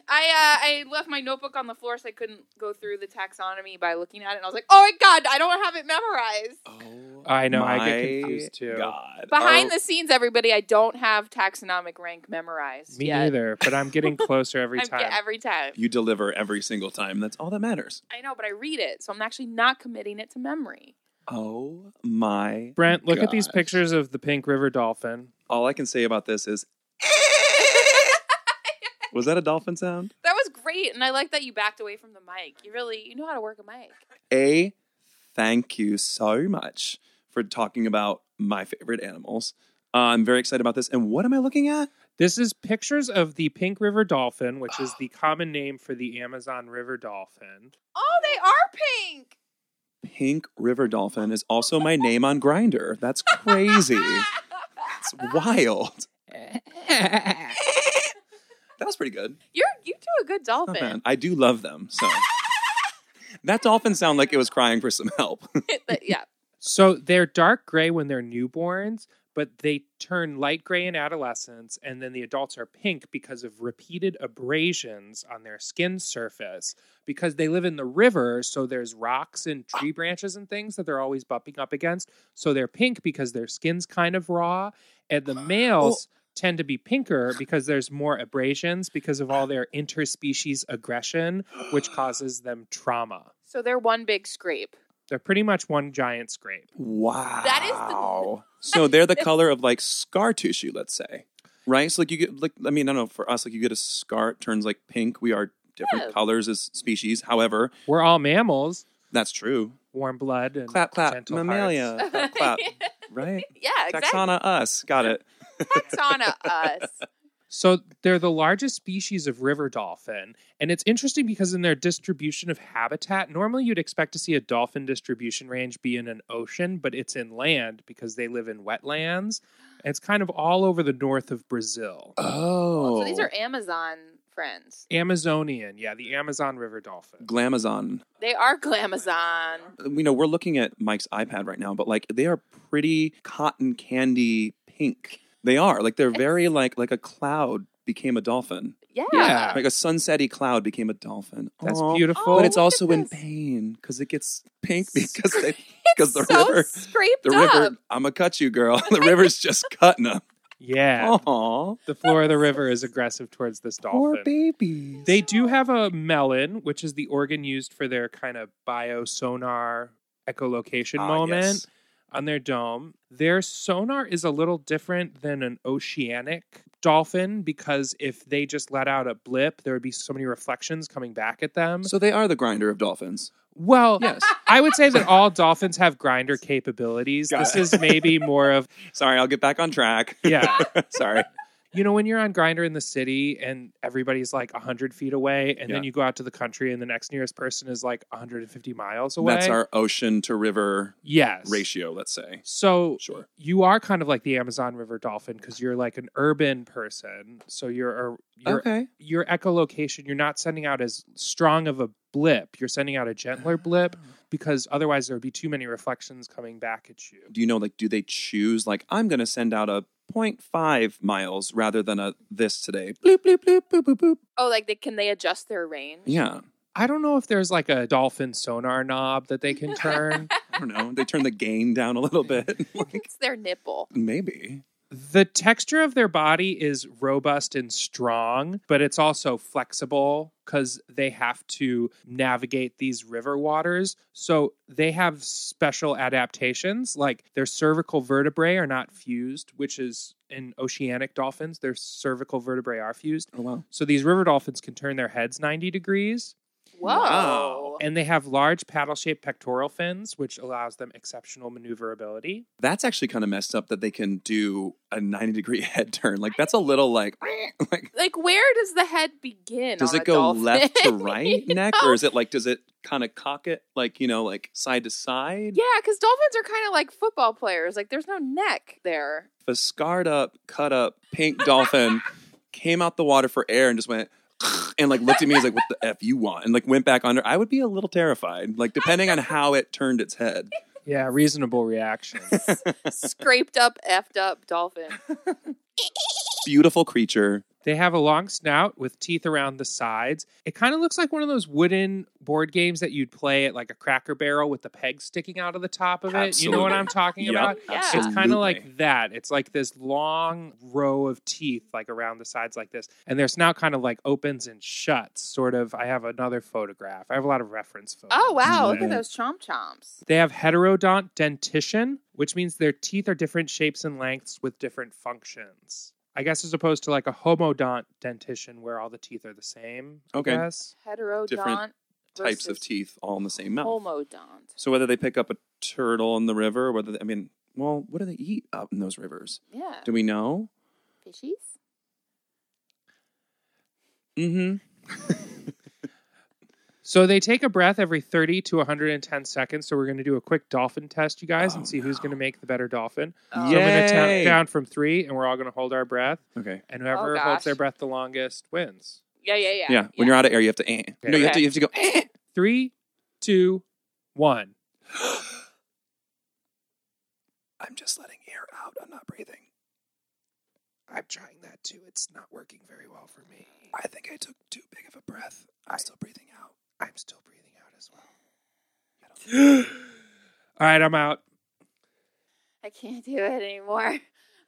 I uh, I left my notebook on the floor so I couldn't go through the taxonomy by looking at it. And I was like, oh my god, I don't have it memorized.
I know, I get
My
confused too.
God.
Behind
Oh,
the scenes, everybody, I don't have taxonomic rank memorized
Me
yet.
neither, but I'm getting closer
*laughs*
every
I
time.
get every time.
you deliver every single time. That's all that matters.
I know, but I read it, so I'm actually not committing it to memory.
Oh my.
Brent, look at these
gosh.
pictures of the pink river dolphin.
All I can say about this is, was that a dolphin sound?
That was great, and I like that you backed away from the mic. You really, you know how to work a mic.
A, thank you so much for talking about my favorite animals. Uh, I'm very excited about this. And what am I looking at?
This is pictures of the pink river dolphin, which is the common name for the Amazon river dolphin.
Oh, they are pink.
Pink River Dolphin is also my name on Grinder. That's crazy. It's wild. That was pretty good.
You're you do a good
Not
dolphin.
bad. I do love them. So That dolphin sounded like it was crying for some help.
*laughs* But yeah.
So they're dark gray when they're newborns, but they turn light gray in adolescence, and then the adults are pink because of repeated abrasions on their skin surface. Because they live in the river, so there's rocks and tree branches and things that they're always bumping up against. So they're pink because their skin's kind of raw, and the males. Tend to be pinker because there's more abrasions because of all their interspecies aggression, which causes them trauma.
So they're one big scrape.
They're pretty much one giant scrape.
Wow.
That is the- *laughs*
so they're the color of like scar tissue, let's say. Right? So like you get like I mean, I don't know, for us, like you get a scar, it turns like pink. We are different
Yeah.
colors as species. However,
We're all mammals,
that's true.
warm blood and
Clap, clap,
gentle
mammalia.
hearts.
*laughs*
Clap, clap. Right?
Yeah, exactly.
Taxana us. Got it. *laughs*
Taxana us.
So they're the largest species of river dolphin, and it's interesting because in their distribution of habitat, normally you'd expect to see a dolphin distribution range be in an ocean, but it's in land because they live in wetlands. And it's kind of all over the north of Brazil.
Oh.
So these are Amazon friends.
Amazonian, yeah, the Amazon River dolphin.
Glamazon.
They are glamazon.
You know, we're looking at Mike's iPad right now, but like they are pretty cotton candy pink. They are. Like they're very like like a cloud became a dolphin.
Yeah.
Yeah.
Like a sunsetty cloud became a dolphin.
That's
Aw.
beautiful.
but it's
look at
also in
this.
pain because it gets
*laughs*
pink because they because the
so
river
scraped
the
up.
river I'm gonna cut
*laughs*
you girl *laughs* the river's just cutting them.
yeah.
Aw,
The floor of the river is aggressive towards this
oh. poor
dolphin.
babies.
They do have a melon, which is the organ used for their kind of bio sonar echolocation
Ah,
moment
yes.
on their dome. Their sonar is a little different than an oceanic dolphin because if they just let out a blip, there would be so many reflections coming back at them.
So they are the grinder of dolphins.
well, *laughs*
Yes.
I would say that all dolphins have grinder capabilities.
Got
this
it.
is maybe more of
Sorry, I'll get back on track. *laughs*
yeah.
Sorry.
you know when you're on grinder in the city and everybody's like 100 feet away and then
Yeah.
you go out to the country and the next nearest person is like 150 miles away
That's our ocean to river
yes
ratio, let's say.
so
Sure.
you are kind of like the amazon river dolphin because you're like an urban person so you're a you're
okay.
your echolocation, you're not sending out as strong of a blip. You're sending out a gentler
*sighs*
blip because otherwise there would be too many reflections coming back at you.
Do you know like do they choose like I'm gonna send out a 0.5 miles rather than a this today? Bloop bloop bloop boop boop boop.
Oh, like they can they adjust their range?
Yeah.
I don't know if there's like a dolphin sonar knob that they
*laughs*
can turn.
I don't know. They turn the gain down a
*laughs*
little bit.
*laughs*
like
It's their nipple.
maybe.
The texture of their body is robust and strong, but it's also flexible because they have to navigate these river waters. So they have special adaptations, like their cervical vertebrae are not fused, which is in oceanic dolphins, their cervical vertebrae are fused.
Oh wow.
So these river dolphins can turn their heads 90 degrees,
Whoa.
Wow.
and they have large paddle shaped pectoral fins, which allows them exceptional maneuverability.
That's actually kind of messed up that they can do a 90 degree *laughs* head turn. Like that's a
*laughs*
little like like
Like where does the head begin?
*laughs* does
on
it
a
go
dolphin?
left
*laughs*
to right
You
neck
know?
or is it like does it kind of cock it like you know like side to side?
Yeah, because dolphins are kind of like football players. Like there's no neck
*laughs*
there.
If a scarred up, cut up pink
*laughs*
dolphin came out the water for air and just went *laughs* and like looked at me as like what the f you want and like went back under, I would be a little terrified. Like depending on how it turned its head.
*laughs*
Yeah, reasonable reaction.
Scraped up, effed up dolphin.
*laughs* Beautiful creature.
They have a long snout with teeth around the sides. It kind of looks like one of those wooden board games that you'd play at like a cracker barrel with the pegs sticking out of the top of it. You know what
Absolutely.
I'm talking
Yep,
about?
Yeah. It's
It's kind
absolutely.
of like that. It's like this long row of teeth, like around the sides, like this. And their snout kind of like opens and shuts, sort of. I have another photograph. I have a lot of reference photos.
Oh wow, look at
Yeah.
those chomp chomps.
They have heterodont dentition, which means their teeth are different shapes and lengths with different functions. I guess as opposed to like a homodont dentition where all the teeth are the same. I
Okay.
guess.
Heterodont
types of
versus
teeth all in the same mouth.
Homodont.
So whether they pick up a turtle in the river, or whether they, I mean, well, what do they eat out in those rivers?
Yeah.
Do we know?
Fishies?
Mm-hmm.
So they take a breath every 30 to 110 seconds. So we're going to do a quick dolphin test, you guys,
Oh,
and see who's
no.
going to make the better dolphin.
Oh.
So I'm going to
Yay!
count down from three, and we're all going to hold our breath.
Okay.
And whoever
Oh,
holds
gosh.
their breath the longest wins.
Yeah, yeah, yeah.
Yeah. When you're out of air, you have to. Eh. No, you have to.
Okay.
You have to go. Eh.
Three, two, one.
I'm just letting air out. I'm not breathing.
I'm trying that too. It's not working very well for me.
I think I took too big of a breath. I'm still breathing
*gasps*
out.
I'm still breathing out as well. All right, I'm out.
I can't do it anymore.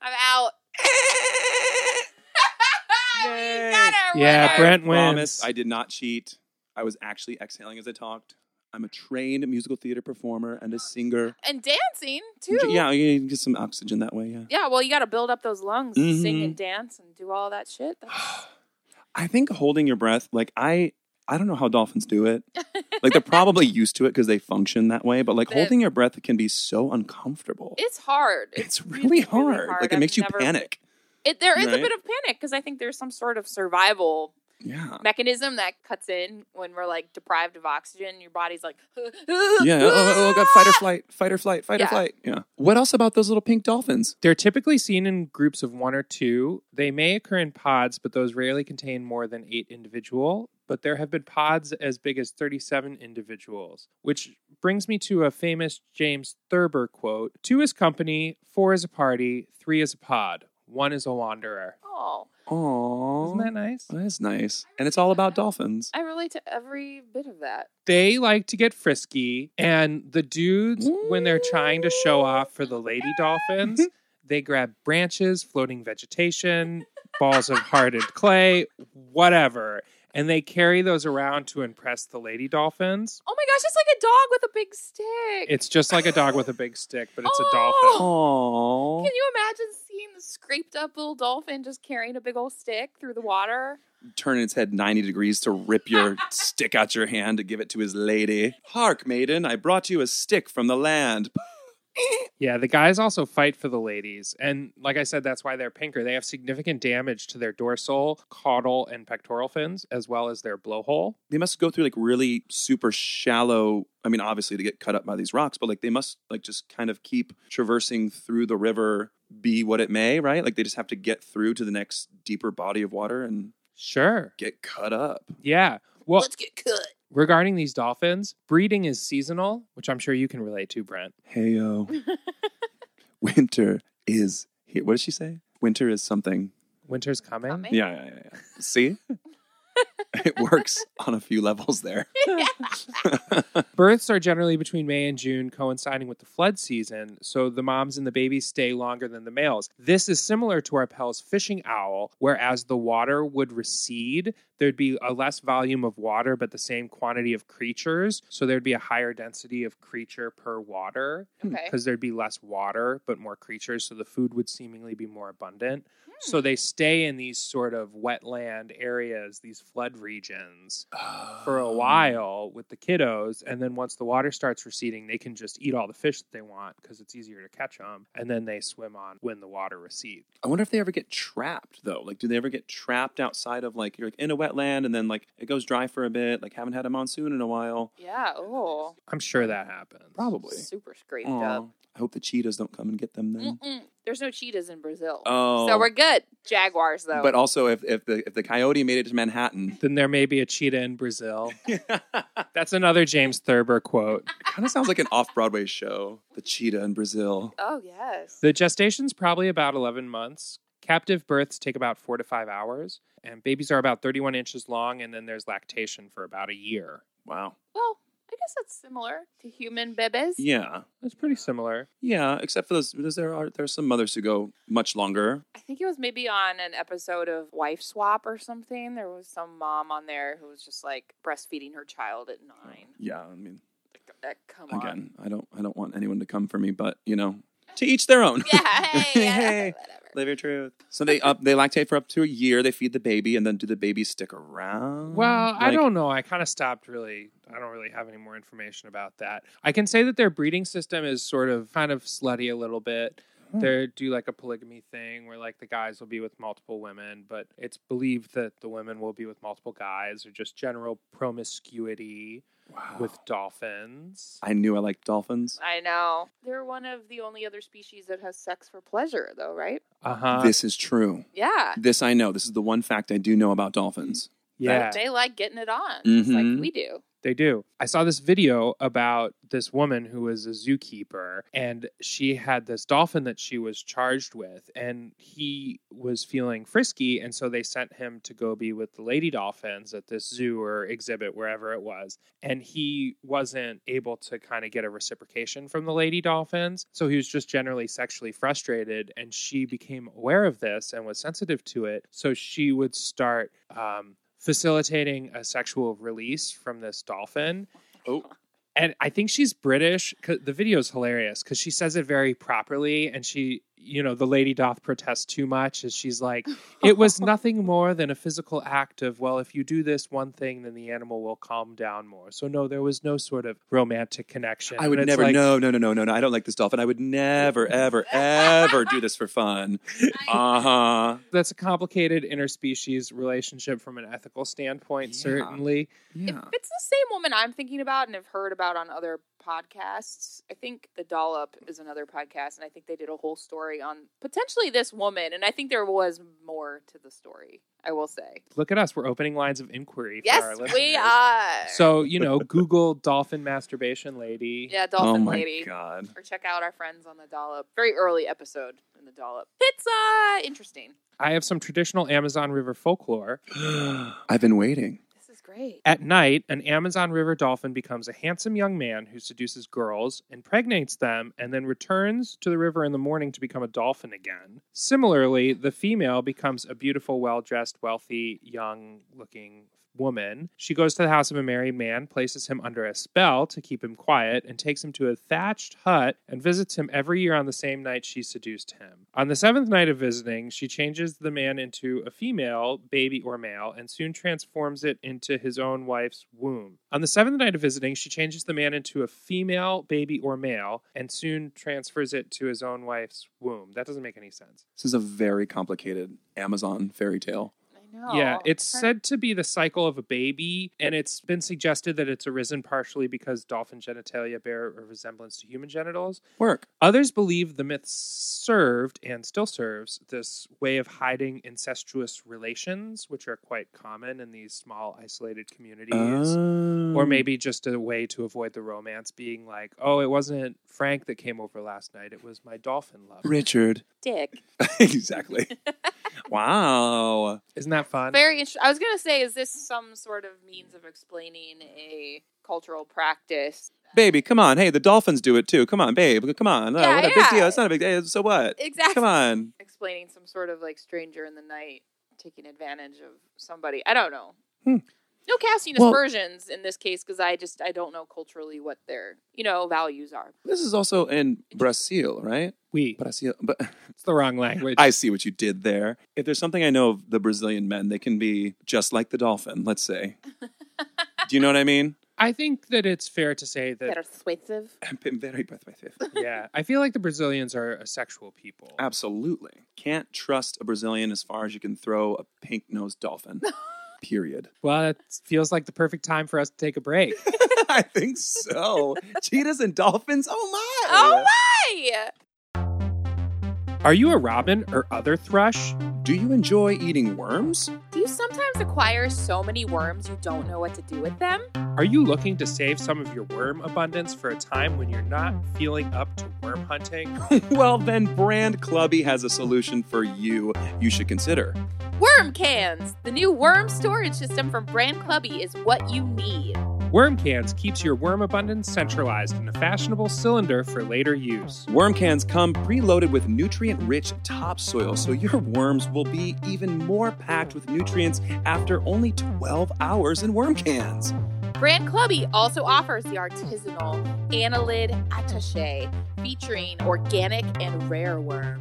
I'm out. *laughs* we
Yay.
got our
Yeah,
winner.
Brent wins.
Promise, I did not cheat. I was actually exhaling as I talked. I'm a trained musical theater performer and a singer.
And dancing too.
Yeah, you can get some oxygen that way. Yeah.
Yeah, well, you got to build up those lungs and sing
Mhm.
and dance and do all that shit. That's-
I think holding your breath, like I, I don't know how dolphins do
*laughs*
it. Like they're probably used to it because they function that way. But like
The-
holding your breath can be so uncomfortable.
it's hard.
It's, really, hard. Like it
I've
makes you
never-
panic.
It, there is a
right?
bit of panic because I think there's some sort of survival
Yeah.
mechanism that cuts in when we're like deprived of oxygen. Your body's like, *laughs* "Ah!"
Yeah. Oh, oh, oh, God, fight or flight, fight or flight, fight
Yeah.
or flight. Yeah. What else about those little pink dolphins?
They're typically seen in groups of one or two. They may occur in pods, but those rarely contain more than eight individual. But there have been pods as big as 37 individuals, which brings me to a famous James Thurber quote Two is company, four is a party, three is a pod, one is a wanderer.
Oh,
Aww.
Isn't that nice?
That is nice. And it's all about dolphins.
I relate to every bit of that.
They like to get frisky, and the dudes, when they're trying to show off for the lady dolphins, they grab branches, floating vegetation, balls of hardened clay, whatever, and they carry those around to impress the lady dolphins.
Oh my gosh, it's like a dog with a big stick.
It's just like a dog with a big stick, but it's a
Oh!
dolphin.
Aww.
Can you imagine seeing the scraped up little dolphin just carrying a big old stick through the water?
Turning its head 90 degrees to
*laughs*
rip your stick out your hand to give it to his lady. Hark, maiden, I brought you a stick from the land.
Yeah, the guys also fight for the ladies. And like I said, that's why they're pinker. They have significant damage to their dorsal, caudal, and pectoral fins, as well as their blowhole.
They must go through like really super shallow. I mean, obviously to get cut up by these rocks, but like they must like just kind of keep traversing through the river, be what it may, right? Like they just have to get through to the next deeper body of water and
Sure.
get cut up.
Yeah. Well,
Let's get cut.
regarding these dolphins, breeding is seasonal, which I'm sure you can relate to, Brent.
Heyo. *laughs* Winter is here. What did she say? Winter is something.
Winter's coming.
Coming.
Yeah, yeah, yeah. yeah. See? *laughs* it works on a few levels there.
Births are generally between May and June, coinciding with the flood season, so the moms and the babies stay longer than the males. This is similar to our Pell's fishing owl, whereas the water would recede, there'd be a less volume of water but the same quantity of creatures, so there'd be a higher density of creature per water.
Okay.
because there'd be less water but more creatures so the food would seemingly be more abundant so they stay in these sort of wetland areas these flood regions for
Oh.
a while with the kiddos and then once the water starts receding they can just eat all the fish that they want because it's easier to catch them and then they swim on when the water recedes
I wonder if they ever get trapped though. Like, do they ever get trapped outside of like you're like in a wetland and then like it goes dry for a bit? Like, haven't had a monsoon in a while.
Yeah. Oh,
i'm sure that happens
Probably.
super scraped
Aw.
up.
I hope the cheetahs don't come and get them then.
Mm-mm. There's no cheetahs in Brazil.
Oh,
Mm. So we're good. Jaguars, though.
but also if, if the if the coyote made it
*laughs*
to Manhattan,
then there may be a cheetah in brazil
kind
that's another james thurber quote
of sounds like an off Broadway show. The cheetah in Brazil.
oh, yes.
The gestation's probably about 11 months. Captive births take about four to five hours, and babies are about 31 inches long, and then there's lactation for about a year.
Wow.
well, I guess that's similar to human bebes.
Yeah.
That's pretty similar.
Yeah, except for those because there are there are some mothers who go much longer.
I think it was maybe on an episode of Wife Swap or something. There was some mom on there who was just like breastfeeding her child at nine.
Yeah, I mean,
Like, that- come on.
again, I don't I don't want anyone to come for me, but you know, to each their own.
*laughs* Yeah. Hey. yeah,
Hey.
*laughs* Whatever.
Live your truth. So they up they lactate for up to a year. They feed the baby, and then do the baby stick around?
Well, I
Mm, Like,
don't know. I kind of stopped really. I don't really have any more information about that. I can say that their breeding system is sort of kind of slutty a little bit.
Hmm.
They do like a polygamy thing where like the guys will be with multiple women, but it's believed that the women will be with multiple guys or just general promiscuity
Wow.
with dolphins.
Oh. I knew I liked dolphins.
I know. They're one of the only other species that has sex for pleasure, though, right?
Uh huh.
this is true.
Yeah.
This I know. This is the one fact I do know about dolphins.
Yeah.
They like getting it on, just
Mhm.
like we do.
They do. I saw this video about this woman who was a zookeeper and she had this dolphin that she was charged with and he was feeling frisky and so they sent him to go be with the lady dolphins at this zoo or exhibit wherever it was and he wasn't able to kind of get a reciprocation from the lady dolphins so he was just generally sexually frustrated and she became aware of this and was sensitive to it so she would start um, facilitating a sexual release from this dolphin.
Oh.
And I think she's British. 'cause The video's hilarious because she says it very properly. And she, you know, the lady doth protest too much as she's
*laughs*
like, it was nothing more than a physical act of, well, if you do this one thing, then the animal will calm down more. So, no, there was no sort of romantic connection.
I would
And it's
never.
like,
no, no, no, no, no, no. I don't like this dolphin. I would never, ever, ever do this for *laughs* fun. Uh huh.
That's a complicated interspecies relationship from an ethical standpoint,
Yeah.
certainly.
Yeah.
If it's the same woman I'm thinking about and have heard about on other podcasts, I think The Dollop is another podcast, and I think they did a whole story on potentially this woman, and I think there was more to the story, I will say.
Look at us. We're opening lines of inquiry. for our
Yes, we
listeners.
are.
So you know, Google dolphin masturbation lady.
yeah,
Oh
Dolphin
my
Lady.
god.
Or check out our friends on The Dollop. Very early episode in The Dollop. It's uh, interesting.
I have some traditional Amazon River folklore.
I've been waiting.
This is great.
At night, an Amazon River dolphin becomes a handsome young man who seduces girls, impregnates them, and then returns to the river in the morning to become a dolphin again. Similarly, the female becomes a beautiful, well dressed, wealthy, young looking woman. She goes to the house of a married man, places him under a spell to keep him quiet, and takes him to a thatched hut and visits him every year on the same night she seduced him. On the seventh night of visiting, she changes the man into a female, baby, or male, and soon transforms it into his own wife's womb. On the seventh night of visiting, she changes the man into a female, baby, or male, and soon transfers it to his own wife's womb. That doesn't make any sense.
This is a very complicated Amazon fairy tale.
I know.
Yeah, it's
Her-
said to be the cycle of a baby, and it's been suggested that it's arisen partially because dolphin genitalia bear a resemblance to human genitals.
Work.
Others believe the myth served and still serves this way of hiding incestuous relations, which are quite common in these small, isolated communities.
Oh. Um,
Or maybe just a way to avoid the romance being like, oh, it wasn't Frank that came over last night. It was my dolphin lover.
Richard. *laughs*
Dick.
exactly. wow.
Isn't that fun?
Very interesting. I was going to say, is this some sort of means of explaining a cultural practice?
Baby, come on. Hey, the dolphins do it too. Come on, babe. Come on. No,
Yeah,
what a big
yeah.
deal. It's not a big deal. So what?
Exactly.
Come on.
Explaining some sort of like stranger in the night taking advantage of somebody. I don't know.
Hmm.
No casting
Well-
aspersions in this case because I just I don't know culturally what their you know values are.
This is also in Brazil, right?
we.
Brazil. But *laughs*
It's the wrong language.
I see what you did there. If there's something I know of the Brazilian men, they can be just like the dolphin,
*laughs*
let's say. do you know what I mean?
I think that it's fair to say that
That are persuasive.
I'm very persuasive.
yeah, I feel like the Brazilians are a sexual people.
Absolutely. Can't trust a Brazilian as far as you can throw a pink
*laughs*
nosed dolphin. Period. *laughs*
Well, it feels like the perfect time for us to take a break.
I
*laughs*
think so. Cheetahs and dolphins. Oh my.
Oh my!
Are you a robin or other thrush?
Do you enjoy eating worms?
Do you sometimes acquire so many worms you don't know what to do with them?
Are you looking to save some of your worm abundance for a time when you're not feeling up to worm hunting?
well, then Brand Clubby has a solution for you you should consider.
Worm cans! The new worm storage system from Brand Clubby is what you need.
Worm cans keeps your worm abundance centralized in a fashionable cylinder for later use.
Worm cans come preloaded with nutrient rich topsoil, so your worms will be even more packed with nutrients after only 12 hours in worm cans. *laughs*
Brand Clubby also offers the artisanal annelid attache featuring organic and rare worms.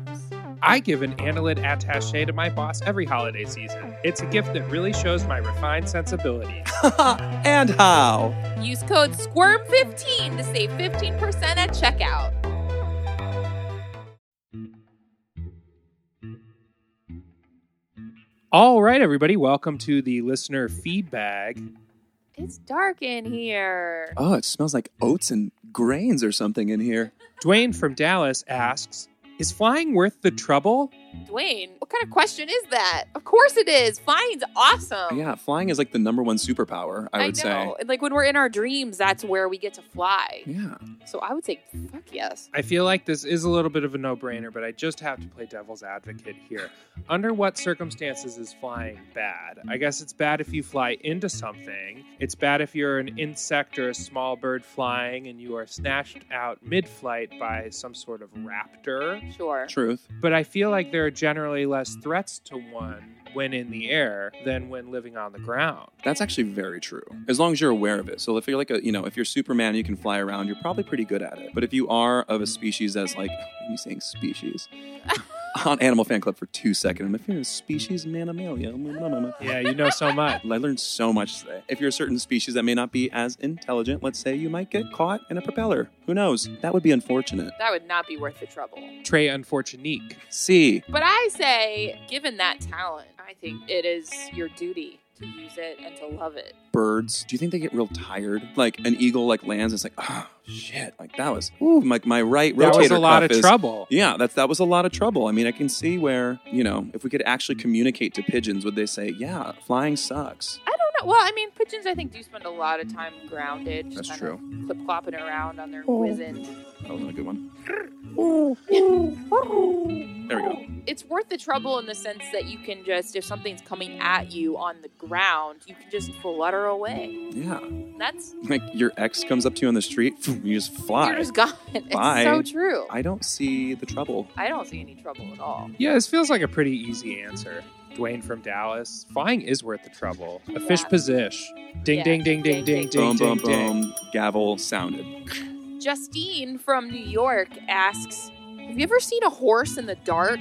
I give an annelid attache to my boss every holiday season. It's a gift that really shows my refined sensibility.
and how?
Use code SQUIRM15 to save 15% at checkout.
All right, everybody, welcome to the listener feedback.
It's dark in here.
Oh, it smells like oats and grains or something in here.
Dwayne from Dallas asks, Is flying worth the trouble?
Dwayne, kind of question is that? Of course it is. Flying's awesome.
Yeah, flying is like the number one superpower, I
Oh. I,
would say.
know. And like when we're in our dreams, that's where we get to fly.
Yeah.
So I would say, fuck yes.
I feel like this is a little bit of a no brainer, but I just have to play devil's advocate here. Under what circumstances is flying bad? I guess it's bad if you fly into something. It's bad if you're an insect or a small bird flying and you are snatched out mid flight by some sort of raptor.
Sure.
Truth.
But I feel like there are generally less threats to one when in the air than when living on the ground.
That's actually very true. As long as you're aware of it. So if you're like a, you know, if you're Superman, you can fly around. You're probably pretty good at it. But if you are of a species that's like, me saying species. on Animal Fan Club for two seconds. If you're a species Mammalia,
Yeah, you know so
*laughs*
much.
I learned so much today. If you're a certain species that may not be as intelligent, let's say you might get caught in a propeller. Who knows? That would be unfortunate.
That would not be worth the trouble.
Trey Unfortunique.
C.
But I say, given that talent, I think it is your duty to use it and to love it.
birds do you think they get real tired like an eagle like lands it's like oh shit like that was ooh like my right rotator
That was a lot
cuff
of
is-
trouble.
yeah that's that was a lot of trouble i mean i can see where you know if we could actually communicate to pigeons would they say yeah flying sucks
I don't know. Well, I mean, pigeons, I think, do spend a lot of time grounded. Just
That's
kind Of clip clopping around on their wizened.
that wasn't a good one there we go
It's worth the trouble in the sense that you can just, if something's coming at you on the ground, you can just flutter away.
yeah *laughs*
That's,
like your ex comes up to you on the street *laughs* you just fly
you're just gone. *laughs* It's
Bye.
so true. I,
i don't see the trouble
don't see any trouble at all.
Yeah, this feels like a pretty easy answer. Dwayne from Dallas. Flying is worth the trouble. A fish
Yeah.
posish. Ding, ding,
Yeah.
ding, ding, ding,
Ding,
ding,
boom
ding,
boom
ding.
boom gavel sounded
Justine from New York asks, "Have you ever seen a horse in the dark?"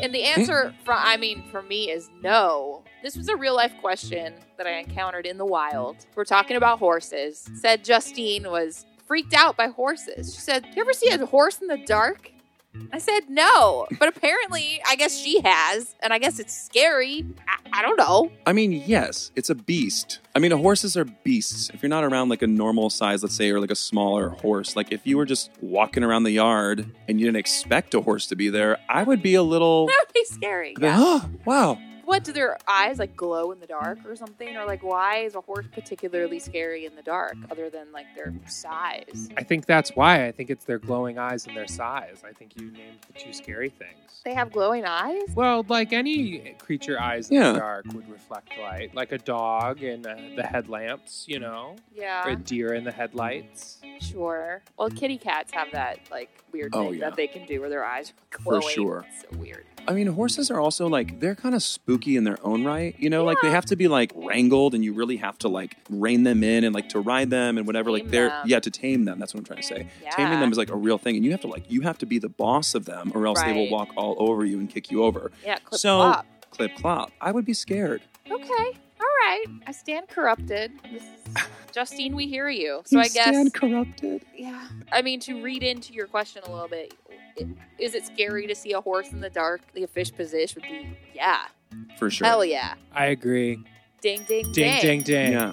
And the answer from I mean for me is no. This was a real life question that I encountered in the wild. We're talking about horses. Said Justine was freaked out by horses. She said, "Do you ever see a horse in the dark?" I said no, but apparently I guess she has, and I guess it's scary. I, I don't know. *laughs*
I mean, yes, it's a beast. I mean, horses are beasts. If you're not around like a normal size, let's say, or like a smaller horse, like if you were just walking around the yard and you didn't expect a horse to be there, I would be a
*laughs*
little. *gasps*
That would be scary.
I'd be like, Oh, wow.
What do their eyes like glow in the dark or something? Or like why is a horse particularly scary in the dark
Mm.
other than like their size?
I think that's why. I think it's their glowing eyes and their size. I think you named the two scary things.
They have glowing eyes?
Well, like any creature, eyes in
Yeah.
the dark would reflect light, like a dog in uh, the headlamps, you know, or a
Yeah,
deer in the headlights.
sure. Well, kitty cats have that like weird
Oh,
thing
yeah.
that they can do where their eyes are
For
glowing.
sure.
It's so weird.
I mean, horses are also like, they're kind of spooky in their own right. You know, like they have to be like wrangled and you really have to like rein them in and like to ride them and whatever. like
Tame
they're,
them.
yeah, to tame them. That's what I'm trying to say.
Yeah.
Taming them is like a real thing. And you have to like, you have to be the boss of them or else they will
Right.
walk all over you and kick you over.
yeah, clip
So-
clop.
Clip clop. I would be scared.
Okay. All right. I stand corrupted. This
*laughs*
is Justine, we hear you. So I guess
corrupted.
Yeah. I mean, to read into your question a little bit, i- is it scary to see a horse in the dark? The fish position would be, yeah.
For sure.
Hell yeah.
I agree.
Ding, ding,
Ding,
ding.
ding, ding.
Yeah.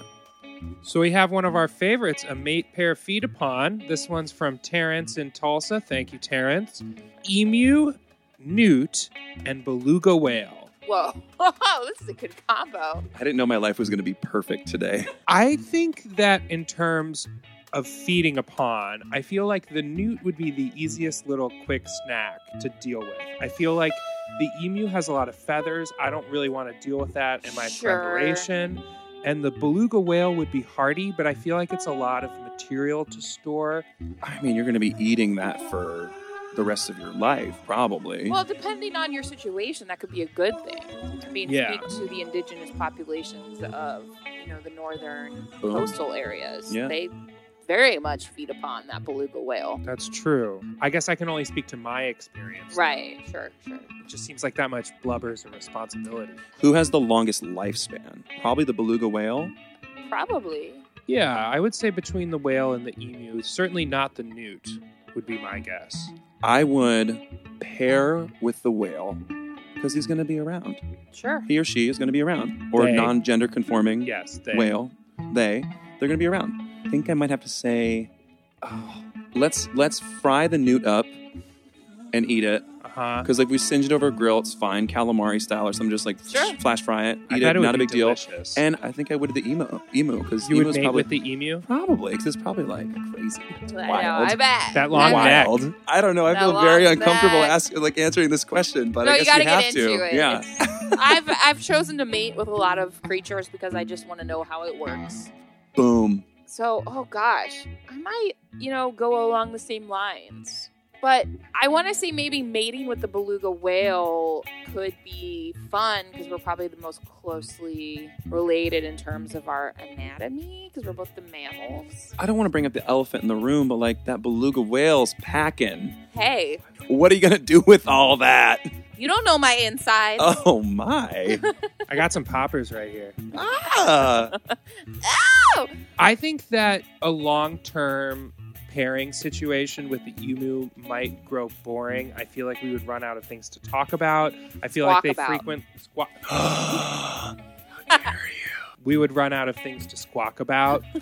So we have one of our favorites, a mate pair feed upon. This one's from Terrence in Tulsa. Thank you, Terrence. Emu, newt, and beluga whale.
Whoa. *laughs* Whoa, this is a good combo.
I didn't know my life was going to be perfect today. *laughs*
I think that in terms of feeding upon, I feel like the newt would be the easiest little quick snack to deal with. I feel like the emu has a lot of feathers. I don't really want to deal with that in my
Sure.
preparation. And the beluga whale would be hardy, but I feel like it's a lot of material to store.
I mean, you're going to be eating that for the rest of your life, probably.
Well, depending on your situation, that could be a good thing. I mean,
Yeah.
speak to the indigenous populations of, you know, the northern
Boom.
coastal areas.
Yeah.
They very much feed upon that beluga whale.
That's true. I guess I can only speak to my experience.
Right. Sure, sure.
It just seems like that much blubber is a responsibility.
Who has the longest lifespan? Probably the beluga whale.
Probably.
Yeah, I would say between the whale and the emu, certainly not the newt would be my guess.
I would pair with the whale because he's going to be around.
Sure.
He or she is going to be around. Or
They.
non gender conforming
Yes, they,
whale. They. They're going to be around. I think I might have to say, oh, let's let's fry the newt up and eat it.
Uh huh.
Because like we singe it over a grill, it's fine, calamari style or something. Just like
Sure.
flash fry it,
I
eat
bet
it,
it would
not a
be
big deal.
delicious.
And I think I would the emo emu because
You would
emu's
mate
probably
with the emu.
probably because it's probably like crazy. It's
I know,
wild.
I bet.
That long
I bet.
neck.
wild. I don't know. I
That
feel very
long
uncomfortable
neck.
asking, like answering this question, but
No,
I
you
guess
gotta
we have
get
to.
into it.
Yeah.
I've I've chosen to mate with a lot of creatures because I just want to know how it works.
Boom.
So, oh gosh, I might, you know, go along the same lines. But I want to say maybe mating with the beluga whale could be fun because we're probably the most closely related in terms of our anatomy because we're both the mammals.
I don't want to bring up the elephant in the room, but like that beluga whale's packing.
Hey,
What are you gonna do with all that?
you don't know my insides. *laughs*
Oh my.
I got some poppers right here.
ah. *gasps*
I think that a long term pairing situation with the emu might grow boring. I feel like we would run out of things to talk about. I feel like they
Squawkabout.
frequent squawk. We would run out of things to squawk
*laughs*
about.
Oh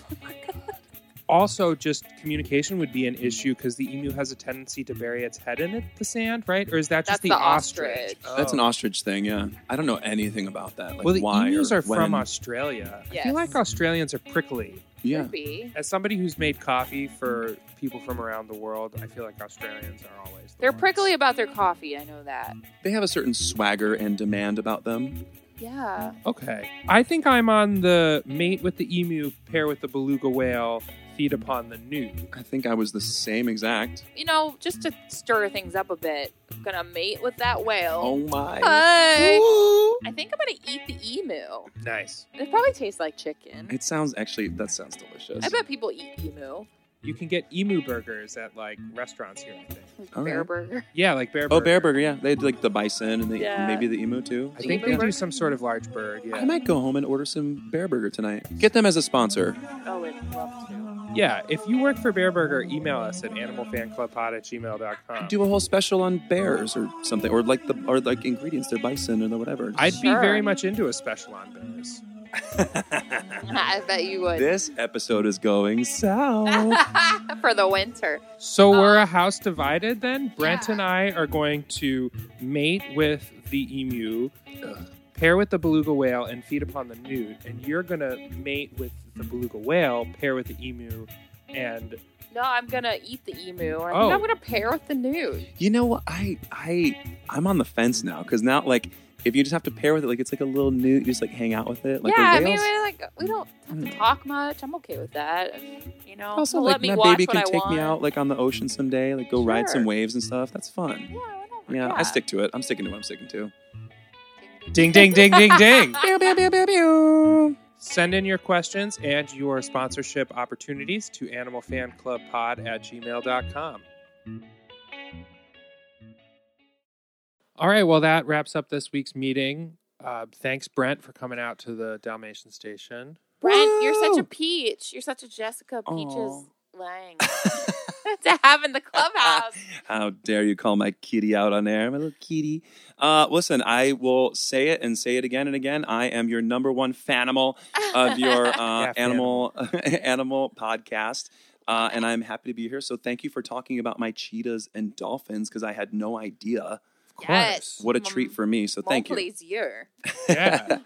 Also, just communication would be an issue because the emu has a tendency to bury its head in it, the sand, right? Or is that
That's
just the,
the
ostrich?
ostrich.
That's an
Oh.
ostrich thing, yeah. I don't know anything about that. Like
well, the
why
emus
or
are from
when.
Australia. I
Yes.
feel like Australians are prickly.
Yeah.
Could be.
As somebody who's made coffee for people from around the world, I feel like Australians are always. the
They're
ones.
prickly about their coffee. I know that.
They have a certain swagger and demand about them.
Yeah.
Okay. I think I'm on the mate with the emu, pair with the beluga whale, feed upon the newt.
I think I was the same exact.
You know, just to stir things up a bit, I'm going to mate with that
Oh
whale.
my.
Hi.
Ooh.
I think I'm going to eat the emu.
Nice.
It probably tastes like chicken.
It sounds actually that sounds delicious.
I bet people eat emu.
You can get emu burgers at like restaurants here, I think.
Like
All
Bear
right.
burger. *laughs*
Yeah, like bear.
Oh,
burger.
bear burger, yeah. They do like the bison and the,
Yeah.
maybe the emu too.
I think they do Mm-hmm. some sort of large bird.
I
Yeah.
might go home and order some bear burger tonight. Get them as a sponsor.
Oh, would love to.
Yeah. If you work for Bear Burger, email us at animalfanclubpod at gmail.com.
Do a whole special on bears or something, or like the or like ingredients, their bison or the whatever.
*laughs* I'd
Sure.
be very much into a special on bears.
*laughs* I bet you would.
*laughs* this episode is
*laughs*
going south.
*laughs* For the winter.
So
Uh,
we're a house divided then. Brent
yeah.
and I are going to mate with the emu, pair with the beluga whale, and feed upon the newt. And you're gonna mate with the beluga whale, pair with the emu, and
No, I'm going to eat the emu. I
Oh.
think I'm going to pair with the nude.
you know, what? I I I'm on the fence now because now like if you just have to pair with it, like it's like a little new. You just like hang out with it. Like
yeah, I
a
mean,
whale's- Hmm.
we like we don't have to talk much. I'm okay with that. You know,
also,
he'll
like
let me
my
watch
baby
what
can
I
take
want.
me out like on the ocean someday. Like go ride some
Sure.
waves and stuff. That's fun.
Yeah, whatever.
Yeah, I stick to it. I'm sticking to what I'm sticking to.
ding, ding, ding, ding, *laughs* ding. Send in your questions and your sponsorship opportunities to animalfanclubpod at gmail.com. All right, well, that wraps up this week's meeting. Uh, thanks, Brent, for coming out to the Dalmatian station.
Brent, you're such
Woo!
a peach. You're such a Jessica Peaches
Aw.
Lang *laughs* to have in the clubhouse.
*laughs* How dare you call my kitty out on air, my little kitty? Uh, listen, I will say it and say it again and again. I am your number one fanimal of your uh, animal *laughs* animal podcast, uh, and I'm happy to be here. So thank you for talking about my cheetahs and dolphins because I had no idea.
Of course.
Yes.
What a
Mom-
treat for me! So *laughs* thank you.
Please, you.
yeah.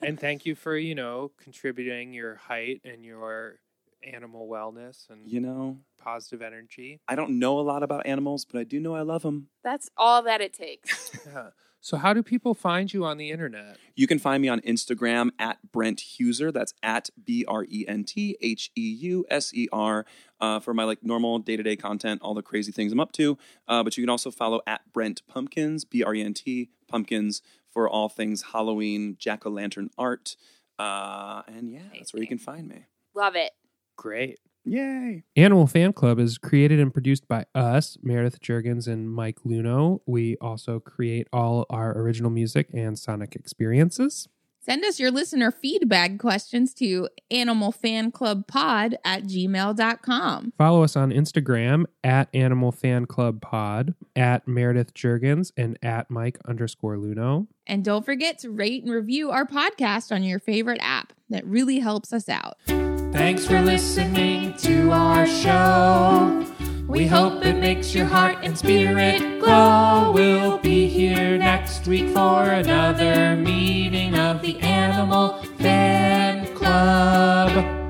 And thank you for, you know, contributing your height and your animal wellness and
You know,
positive energy. *laughs*
I don't know a lot about animals, but I do know I love them.
*laughs* That's all that it takes.
Yeah. So, how do people find you on the internet?
You can find me on Instagram at Brent Huser. That's at B R E N T H E U S E R uh, for my like normal day to day content, all the crazy things I'm up to. Uh, but you can also follow at Brent Pumpkins, B R E N T Pumpkins for all things Halloween, jack o' lantern art. Uh, and yeah, that's where you can find me.
Love it.
Great.
Yay!
Animal Fan Club is created and produced by us, Meredith Jurgens and Mike Luno. We also create all our original music and sonic experiences.
Send us your listener feedback questions to animalfanclubpod at gmail.com.
Follow us on Instagram at Animal Fan Club Pod, at Meredith Jurgens, and at Mike underscore Luno.
And don't forget to rate and review our podcast on your favorite app. That really helps us out.
Thanks for listening to our show.
We hope it makes your heart and spirit glow. We'll be here next week for another meeting of the Animal Fan Club.